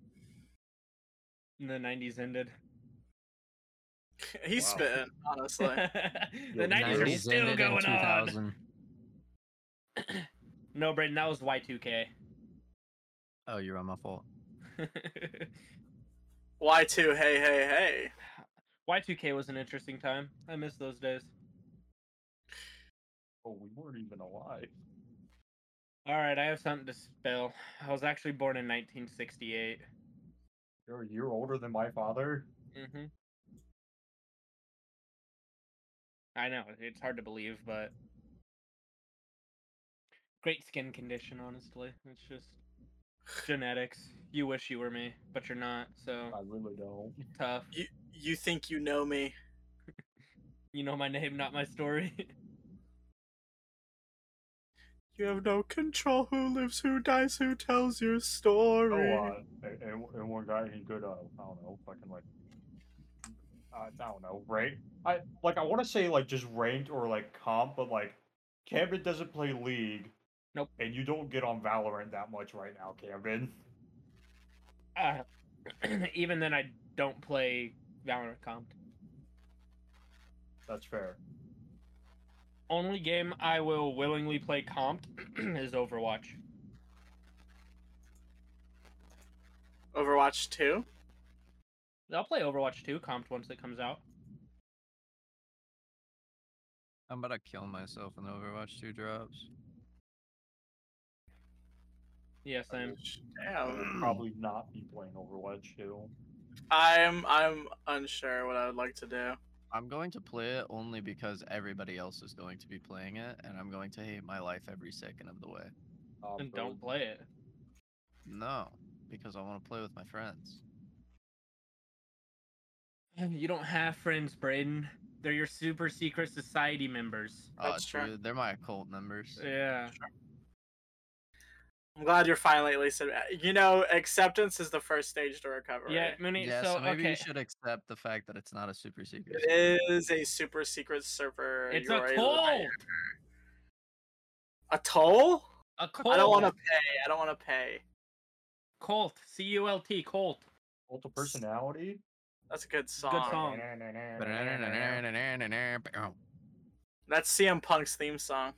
A: the 90s ended.
C: He's
B: Wow.
C: spitting, honestly.
A: the 90s, are
B: 90s
A: still going on.
D: 2000.
A: No, Brayden, that was Y2K.
D: Oh, you're on my fault.
C: Y two, hey, hey, hey.
A: Y2K was an interesting time. I miss those days.
B: Oh, we weren't even alive.
A: All right, I have something to spill. I was actually born in 1968.
B: You're a year older than my father.
A: Mm-hmm. I know it's hard to believe, but great skin condition. Honestly, it's just genetics. You wish you were me, but you're not. So
B: I really don't.
A: tough.
C: You you think you know me?
A: You know my name, not my story.
C: You have no control who lives, who dies, who tells your story.
B: Oh, uh, it, it, it won't got any good. Uh, I don't know, fucking like, uh, I don't know, rank. I like, I want to say like just ranked or like comp, but like, Camden doesn't play League.
A: Nope.
B: And you don't get on Valorant that much right now, Camden.
A: Uh, even then, I don't play Valorant Comp.
B: That's fair.
A: Only game I will willingly play comped is Overwatch.
C: Overwatch two.
A: I'll play Overwatch 2 comped once it comes out.
D: I'm about to kill myself when Overwatch 2 drops.
A: Yeah, same.
B: I would
C: Damn.
B: probably not be playing Overwatch too.
C: I'm I'm unsure what I would like to do.
D: I'm going to play it only because everybody else is going to be playing it, and I'm going to hate my life every second of the way.
B: Uh,
A: And
B: for-
A: don't play it.
D: No, because I want to play with my friends.
A: You don't have friends, Braden. They're your super secret society members.
D: Oh,
C: That's true.
D: true. They're my cult members.
A: Yeah.
C: I'm glad you're finally at least. You know, acceptance is the first stage to recovery.
A: Yeah, Mooney.
D: Yeah,
A: so,
D: so, maybe
A: okay.
D: you should accept the fact that it's not a super secret.
C: It is a super secret server.
A: It's
C: You
A: a
C: are
A: toll.
C: liar. A toll?
A: A cult.
C: I don't want to pay. I don't want to pay.
A: Cult. C U L T. Cult.
B: Cult of personality.
C: That's a good song.
A: song.
D: uh, oh,
C: That's CM Punk's theme song.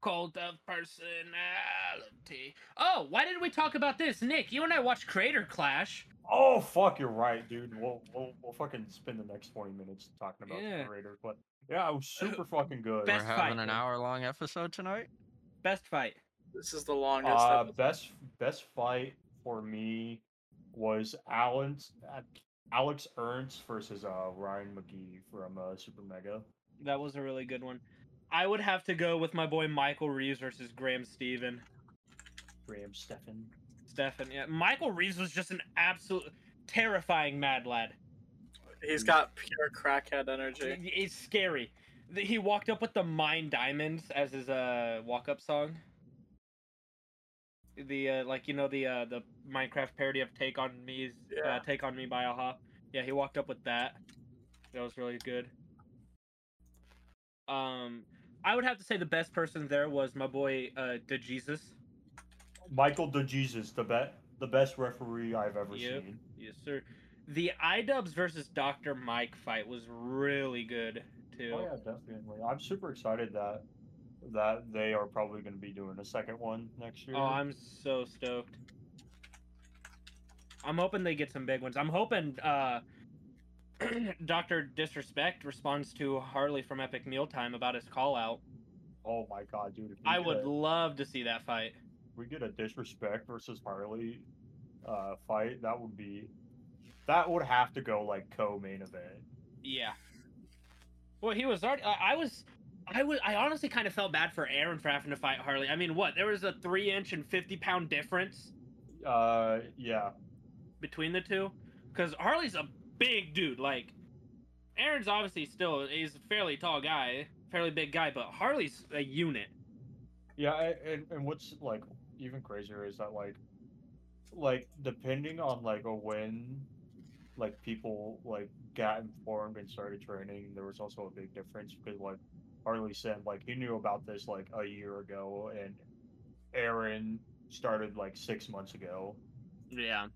A: Cult of personality. Oh, why did we talk about this, Nick? You and I watched Crater Clash.
B: Oh fuck, you're right, dude. We'll we'll, we'll fucking spend the next twenty minutes talking about
A: Yeah. Uh,
B: the creator, but yeah, it was super fucking good.
D: We're
A: Best
D: having
A: fight.
D: an hour-long episode tonight.
A: Best fight.
C: This is the longest.
B: Uh,
C: episode.
B: best best fight for me was Alan's uh, Alex Ernst versus uh Ryan McGee from uh, Super Mega.
A: That was a really good one. I would have to go with my boy Michael Reeves versus Graham Steven.
B: Graham Stefan.
A: Stefan. Yeah. Michael Reeves was just an absolute terrifying mad lad.
C: He's got pure crackhead energy.
A: It- It's scary. Th- He walked up with the Mine Diamonds as his uh walk up song. The uh, like you know the uh, the Minecraft parody of Take on Me's
C: Yeah.
A: uh, Take on Me by Aha. Yeah, he walked up with that. That was really good. Um, I would have to say the best person there was my boy uh DeJesus.
B: Michael DeJesus, the bet the best referee I've ever
A: Yep.
B: seen.
A: Yes, sir. The iDubbbz versus Dr. Mike fight was really good too.
B: Oh yeah, definitely. I'm super excited that that they are probably going to be doing a second one next year.
A: Oh, I'm so stoked. I'm hoping they get some big ones. I'm hoping uh Dr. Disrespect responds to Harley from Epic Mealtime about his call out.
B: Oh my god, dude! If we
A: I
B: get
A: would
B: a-
A: love to see that fight.
B: we get a disrespect versus Harley uh, fight, that would be that would have to go like co-main event.
A: Yeah. Well, he was already I, I was I was I honestly kind of felt bad for Aaron for having to fight Harley. I mean, what? There was a 3 inch and 50 pound difference
B: Uh, yeah,
A: between the two cuz Harley's a big dude like Aaron's obviously still he's a fairly tall guy, fairly big guy, but Harley's a unit.
B: yeah, a- and and what's like even crazier is that like like depending on like a win, like people like got informed and started training. There was also a big difference because like Harley said like he knew about this like a year ago, and Aaron started like six months ago.
A: Yeah.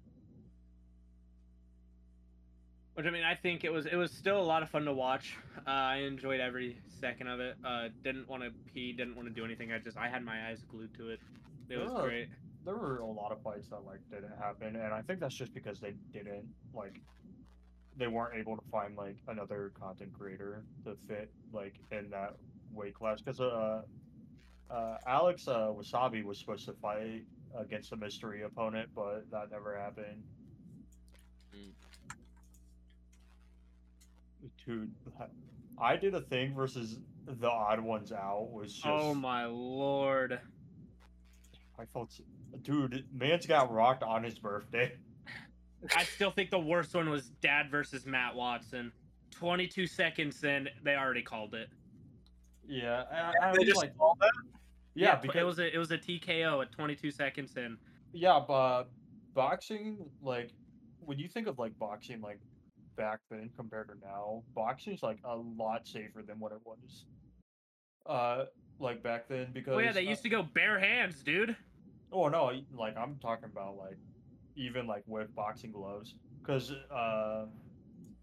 A: Which I mean, I think it was it was still a lot of fun to watch. Uh, I enjoyed every second of it. Uh, didn't want to pee, didn't want to do anything. I just I had my eyes glued to it. It was
B: Oh.
A: great.
B: there were a lot of fights that like didn't happen, and I think that's just because they didn't like they weren't able to find like another content creator to fit like in that weight class because uh, uh Alex uh, Wasabi was supposed to fight against a mystery opponent, but that never happened.
A: Mm.
B: Dude, I did a thing versus the odd ones out was just
A: Oh my lord.
B: I felt, s- dude, man's got rocked on his birthday.
A: I still think the worst one was Dad versus Matt Watson. 22 seconds in, they already called it.
B: Yeah, I, I
C: They
B: was
C: just
B: like,
C: called it?
B: yeah,
A: but it was a it was a TKO at 22 seconds in.
B: yeah, but boxing, like, when you think of like boxing, like back then compared to now, boxing's like a lot safer than what it was. Uh, like back then because
A: Well, Oh, yeah, they
B: uh,
A: used to go bare hands, dude.
B: Oh no, y- like I'm talking about like even like with boxing gloves cuz uh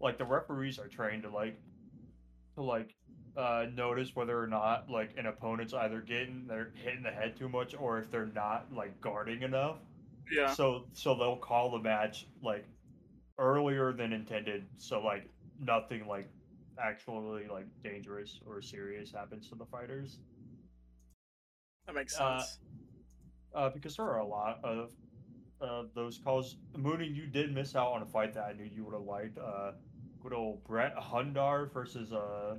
B: like the referees are trained to like to like uh notice whether or not like an opponent's either getting they're hitting the head too much or if they're not like guarding enough.
C: Yeah.
B: So so they'll call the match like earlier than intended so like nothing like actually like dangerous or serious happens to the fighters.
C: That makes
B: Uh,
C: sense.
B: uh, because there are a lot of uh, those calls. Mooney, you did miss out on a fight that I knew you would have liked. Uh, good old Brett Hundar versus uh,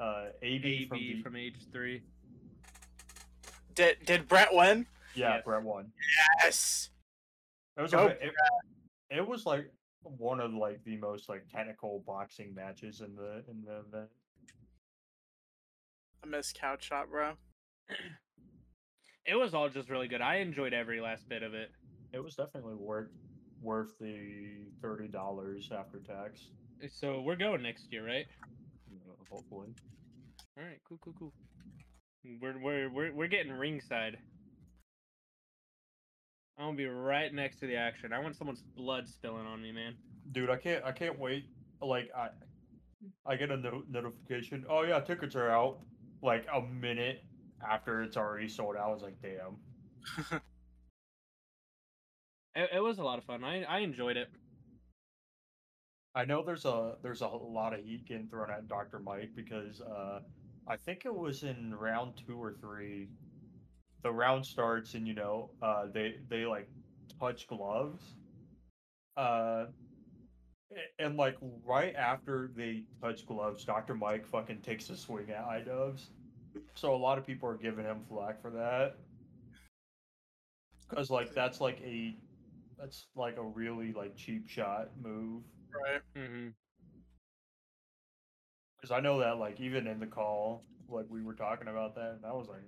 B: uh, AB,
A: AB
B: from the
A: from age three.
C: did did Brett win?
B: yeah
A: yes. Oh,
B: Brett won.
C: Yes.
B: It was
C: Go
B: like, it, it was like one of like the most like technical boxing matches in the in the event.
C: I miss Couch Shot, bro.
A: It was all just really good. I enjoyed every last bit of it.
B: It was definitely worth worth the thirty dollars after tax.
A: So we're going next year, right?
B: You know, hopefully,
A: All right, cool, cool, cool. We're we're we're we're getting ringside. I'm gonna be right next to the action. I want someone's blood spilling on me, man.
B: dude, I can't I can't wait. Like I I get a no- notification. Oh yeah, tickets are out. Like a minute after it's already sold out. I was like, damn.
A: It, it was a lot of fun. I I enjoyed it.
B: I know there's a there's a lot of heat getting thrown at Dr. Mike because uh, I think it was in round two or three. The round starts and you know uh, they they like touch gloves, uh, a- and like right after they touch gloves, Dr. Mike fucking takes a swing at iDubbbz. So a lot of people are giving him flack for that because like that's like a that's like a really like cheap shot move.
C: Right.
B: Mm-hmm.
A: hmm
B: Because I know that, like, even in the call, like, we were talking about that, and I was like,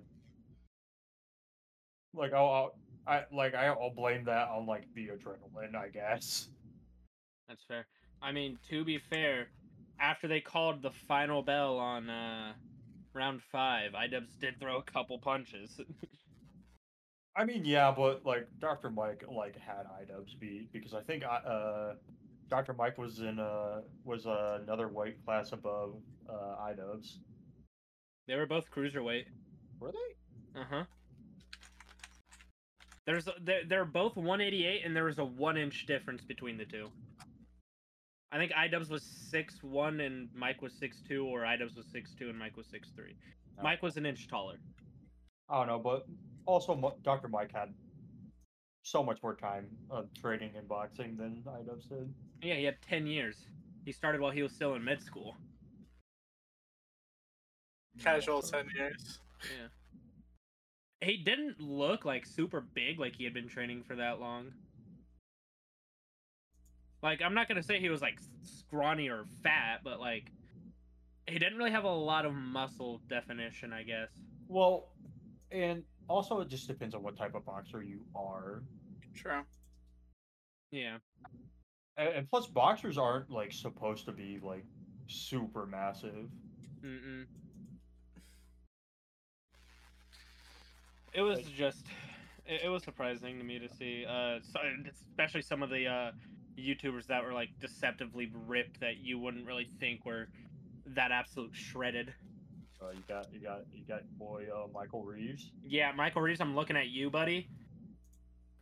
B: like, I'll, I'll I, like, I'll blame that on, like, the adrenaline, I guess.
A: That's fair. I mean, to be fair, after they called the final bell on uh, round five, Idubs did throw a couple punches.
B: I mean, yeah, but, like, Dr. Mike, like, had IDubs beat, because I think, I, uh, Dr. Mike was in, uh, was uh, another weight class above, uh, IDubs.
A: they were both cruiserweight.
B: Were they?
A: Uh huh. There's they're, they're both 188, and there was a one inch difference between the two. I think Idubs was six one and Mike was six two, or Idubs was six two and Mike was six three.
B: Oh.
A: Mike was an inch taller.
B: I don't know, but also, Mo- Dr. Mike had so much more time of training and boxing than IDubs did.
A: Yeah, he had ten years. He started while he was still in med school.
C: Casual ten years.
A: Yeah. He didn't look like super big like he had been training for that long. Like I'm not going to say he was like s- scrawny or fat, but like he didn't really have a lot of muscle definition, I guess.
B: Well, and also it just depends on what type of boxer you are.
C: True.
A: Yeah.
B: A- And, plus boxers aren't like supposed to be like super massive.
A: Mm-mm. It was just, it, it was surprising to me to see, uh, so, especially some of the uh, YouTubers that were like deceptively ripped that you wouldn't really think were that absolute shredded.
B: Uh, you got you got you got boy uh, Michael Reeves.
A: Yeah, Michael Reeves, I'm looking at you, buddy.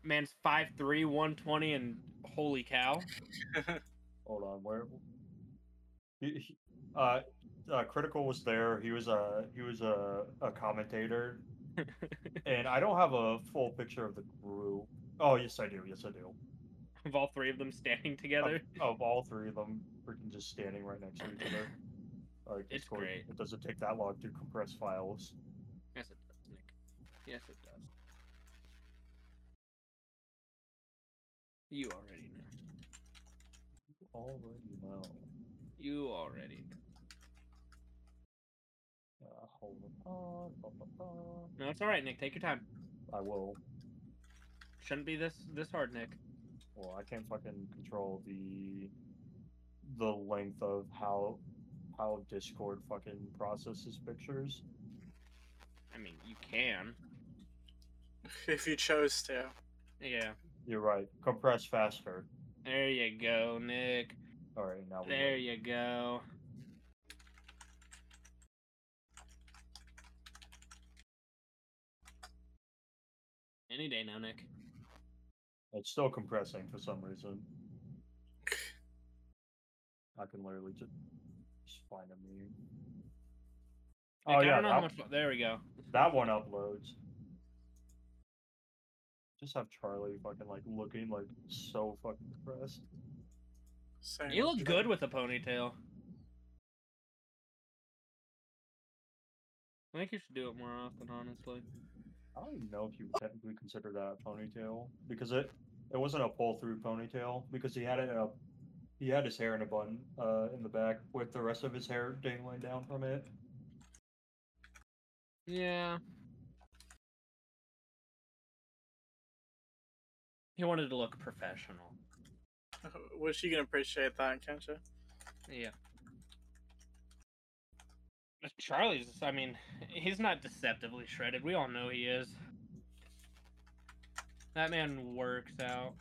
A: man's 5'3", 120, and holy cow.
B: Hold on, where? He, he- uh, uh, Critical was there. He was a he was a, a commentator, and I don't have a full picture of the group. Oh yes, I do. Yes, I do.
A: of all three of them standing
B: Of-
A: together.
B: Of, all three of them, freaking just standing right next to each other. All right,
A: It's
B: Discord,
A: great.
B: It doesn't take that long to compress files.
A: Oh, Yes, it does, Nick. Yes, it does. You already know.
B: Already know.
A: You already
B: Uh, hold on. ba, ba, ba.
A: know. No, it's all right, Nick. Take your time.
B: I will.
A: Shouldn't be this this hard, Nick.
B: Well, I can't fucking control the the length of how how Discord fucking processes pictures.
A: I mean, you can.
C: if you chose to.
A: Yeah.
B: You're right. Compress faster.
A: There you go, Nick.
B: All right, now we
A: There
B: know.
A: you go. Any day now, Nick.
B: It's still compressing for some reason. I can literally just, just find a meme.
A: Nick,
B: Oh
A: I
B: yeah,
A: don't know how
B: that,
A: much. There we go.
B: that one uploads. Just have Charlie fucking like looking like so fucking depressed.
C: Same.
A: You look good with a ponytail. I think you should do it more often, honestly.
B: I don't even know if you would technically consider that a ponytail because it it wasn't a pull through ponytail because he had it in a he had his hair in a bun uh in the back with the rest of his hair dangling down from it.
A: Yeah. He wanted to look professional.
C: Wish you can appreciate that, can't you?
A: Yeah. Charlie's, I mean, he's not deceptively shredded. We all know he is. That man works out.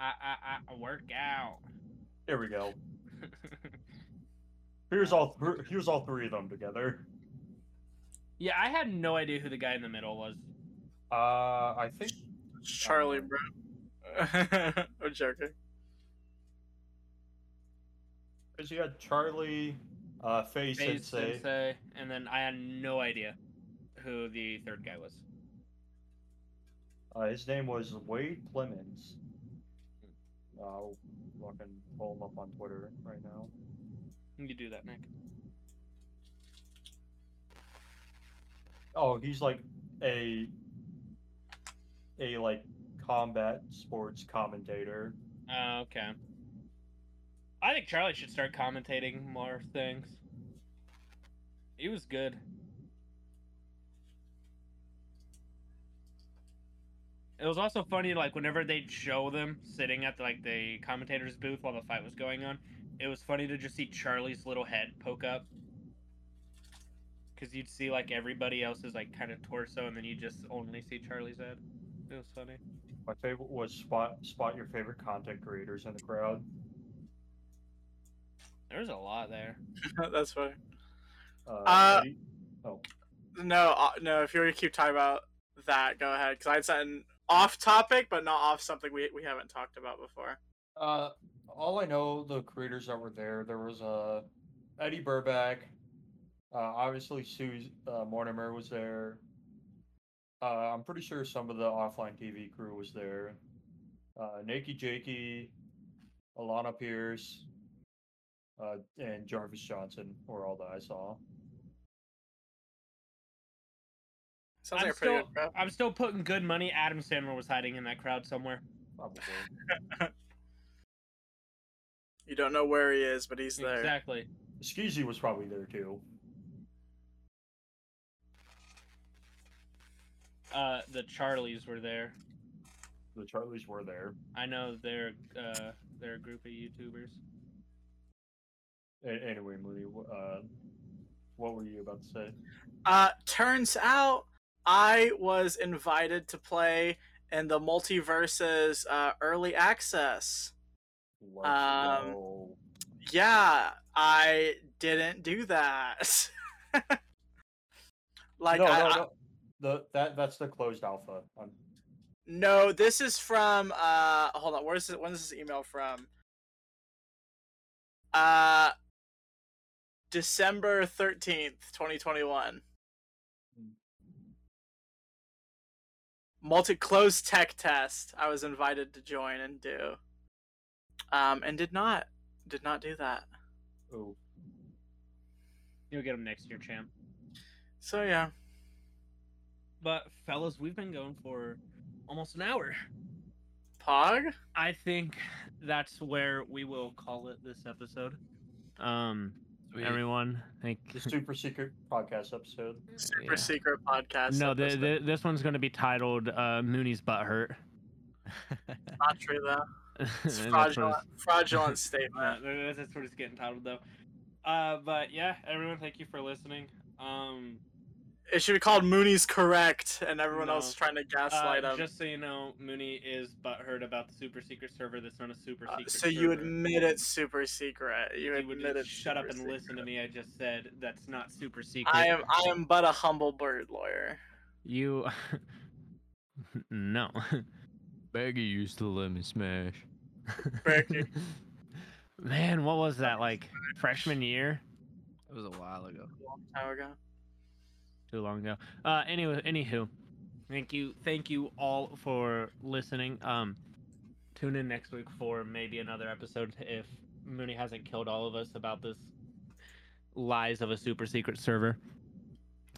A: I, I, I work out.
B: There we go. Here's all thr- here's all three of them together.
A: yeah, I had no idea who the guy in the middle was.
B: Uh I think
C: It's Charlie, bro. I'm joking.
B: because you had Charlie uh Faye
A: Faze
B: Sensei.
A: Sensei, and then I had no idea who the third guy was.
B: Uh, his name was Wade Clemens. I'll fucking pull him up on Twitter right now.
A: You do that, Nick.
B: Oh, he's like a a like combat sports commentator.
A: Oh, okay. I think Charlie should start commentating more things. He was good. It was also funny, like whenever they'd show them sitting at like the commentator's booth while the fight was going on, it was funny to just see Charlie's little head poke up. Cause you'd see like everybody else's like kind of torso, and then you just only see Charlie's head. It was funny.
B: My favorite was spot spot your favorite content creators in the crowd.
A: There was a lot there.
C: That's funny.
B: Uh,
C: Uh,
B: Eddie- oh,
C: No, uh, no. If you want to keep talking about that, go ahead. Because I had something off topic, but not off something we we haven't talked about before.
B: uh, all I know the creators that were there. There was uh, Eddie Burback. Uh, obviously, Sue uh, Mortimer was there. Uh, I'm pretty sure some of the offline TV crew was there. Uh, Nakey Jakey, Alana Pierce, uh, and Jarvis Johnson were all that I saw.
C: Sounds
A: I'm
C: like a pretty
A: still-
C: good prep.
A: I'm still putting good money. Adam Sandler was hiding in that crowd somewhere.
B: Probably.
C: You don't know where he is, but he's there.
A: Exactly.
B: Skeezy was probably there too.
A: Uh, the Charlies were there.
B: The Charlies were there,
A: I know they're uh, they're a group of YouTubers.
B: A- anyway, Mooney. wh- Uh, what were you about to say?
C: Uh, turns out I was invited to play in the multiverses uh, early access.
B: Let's
C: Um,
B: go.
C: Yeah, I didn't do that. Like
B: no,
C: I,
B: no,
C: I-
B: no. The that that's the closed alpha. I'm,
C: No, this is from uh hold on, where's this when's this email from? Uh December thirteenth, twenty twenty one. Multi closed tech test I was invited to join and do. Um and did not did not do that.
B: oh,
E: You'll get them next year, champ.
C: So yeah.
E: But fellas, we've been going for almost an hour.
C: Pog?
E: I think that's where we will call it this episode. Um,
D: Sweet.
E: everyone, thank.
B: the super secret podcast episode.
C: Super
A: Yeah.
C: secret podcast.
A: No, the,
C: episode.
A: the, this one's going to be titled uh, Mooney's butt hurt.
C: not true though. It's
A: And that's what
C: fraudulent
A: it's-
C: fraudulent
E: Uh,
C: statement.
E: that's, that's what it's getting titled though. Uh, but yeah, everyone, thank you for listening. Um,
C: It should be called Mooney's correct, and everyone
E: No.
C: else is trying to
E: uh,
C: gaslight him.
E: just so you know, Mooney is butthurt about the super secret server that's not a super
C: Uh,
E: secret.
C: so you
E: server.
C: admit it's super secret. You
E: You would
C: admit it's
E: shut up
C: super
E: and listen to
C: secret.
E: me. I just said that's not super secret.
C: I am I am but a humble bird lawyer.
A: You. no.
D: Baggy used to let me smash.
C: Becky.
A: Man, what was that? Like freshman year?
D: It was a while ago.
C: A long time ago.
A: too long ago. Uh, anyway, anywho, thank you, thank you all for listening. Um, tune in next week for maybe another episode if Mooney hasn't killed all of us about this lies of a super secret server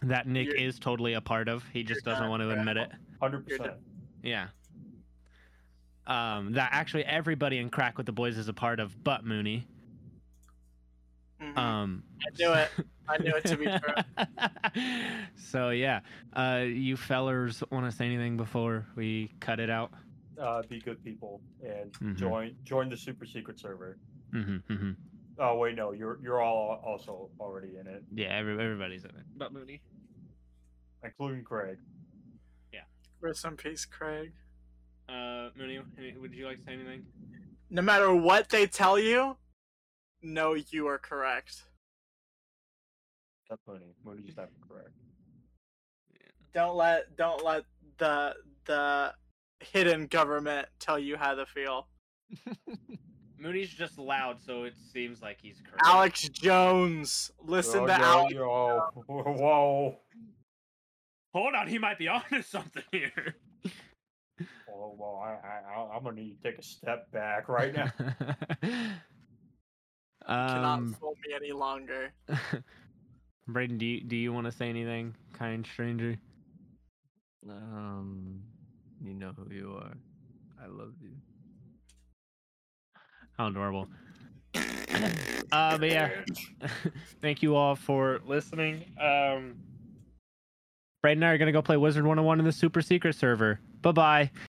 A: that Nick
C: You're-
A: is totally a part of. He just doesn't
C: not
A: want to
C: crap.
A: admit it.
B: Hundred
C: You're
B: percent.
A: Yeah. Um, that actually everybody in Crack with the Boys is a part of, but Mooney.
C: Mhm.
A: Um,
C: I knew it. I knew it to be true.
A: true. so yeah, uh, you fellers want to say anything before we cut it out?
B: Uh, be good people and
C: Mm-hmm.
A: Mhm.
B: join join the super secret server.
A: hmm hmm
B: Oh wait, no, you're you're all also already in it,
A: Yeah, every, everybody's in it.
E: But Mooney.
B: including Craig.
C: Rest in peace, Craig.
E: Uh, Mooney, any- would you like to say anything?
C: No matter what they tell you, no, you are correct.
B: That's Mooney. Mooney's not correct.
C: Don't let don't let the the hidden government tell you how to feel.
E: Mooney's just loud, so it seems like he's correct.
C: Alex Jones, listen
B: Oh,
C: to
B: yo,
C: Alex.
B: yo, Whoa.
E: Hold on, he might be onto something here.
B: Oh, well, I, I, I- I'm gonna need to take a step back right now.
C: Cannot
A: um,
C: fool me any longer.
A: Braden, do you, do you want to say anything, kind stranger?
D: Um, you know who you are. I love you.
A: How adorable. uh, but yeah, thank you all for listening.
E: Um.
A: oh Braden and I are gonna go play Wizard 101 in the super secret server. Bye bye.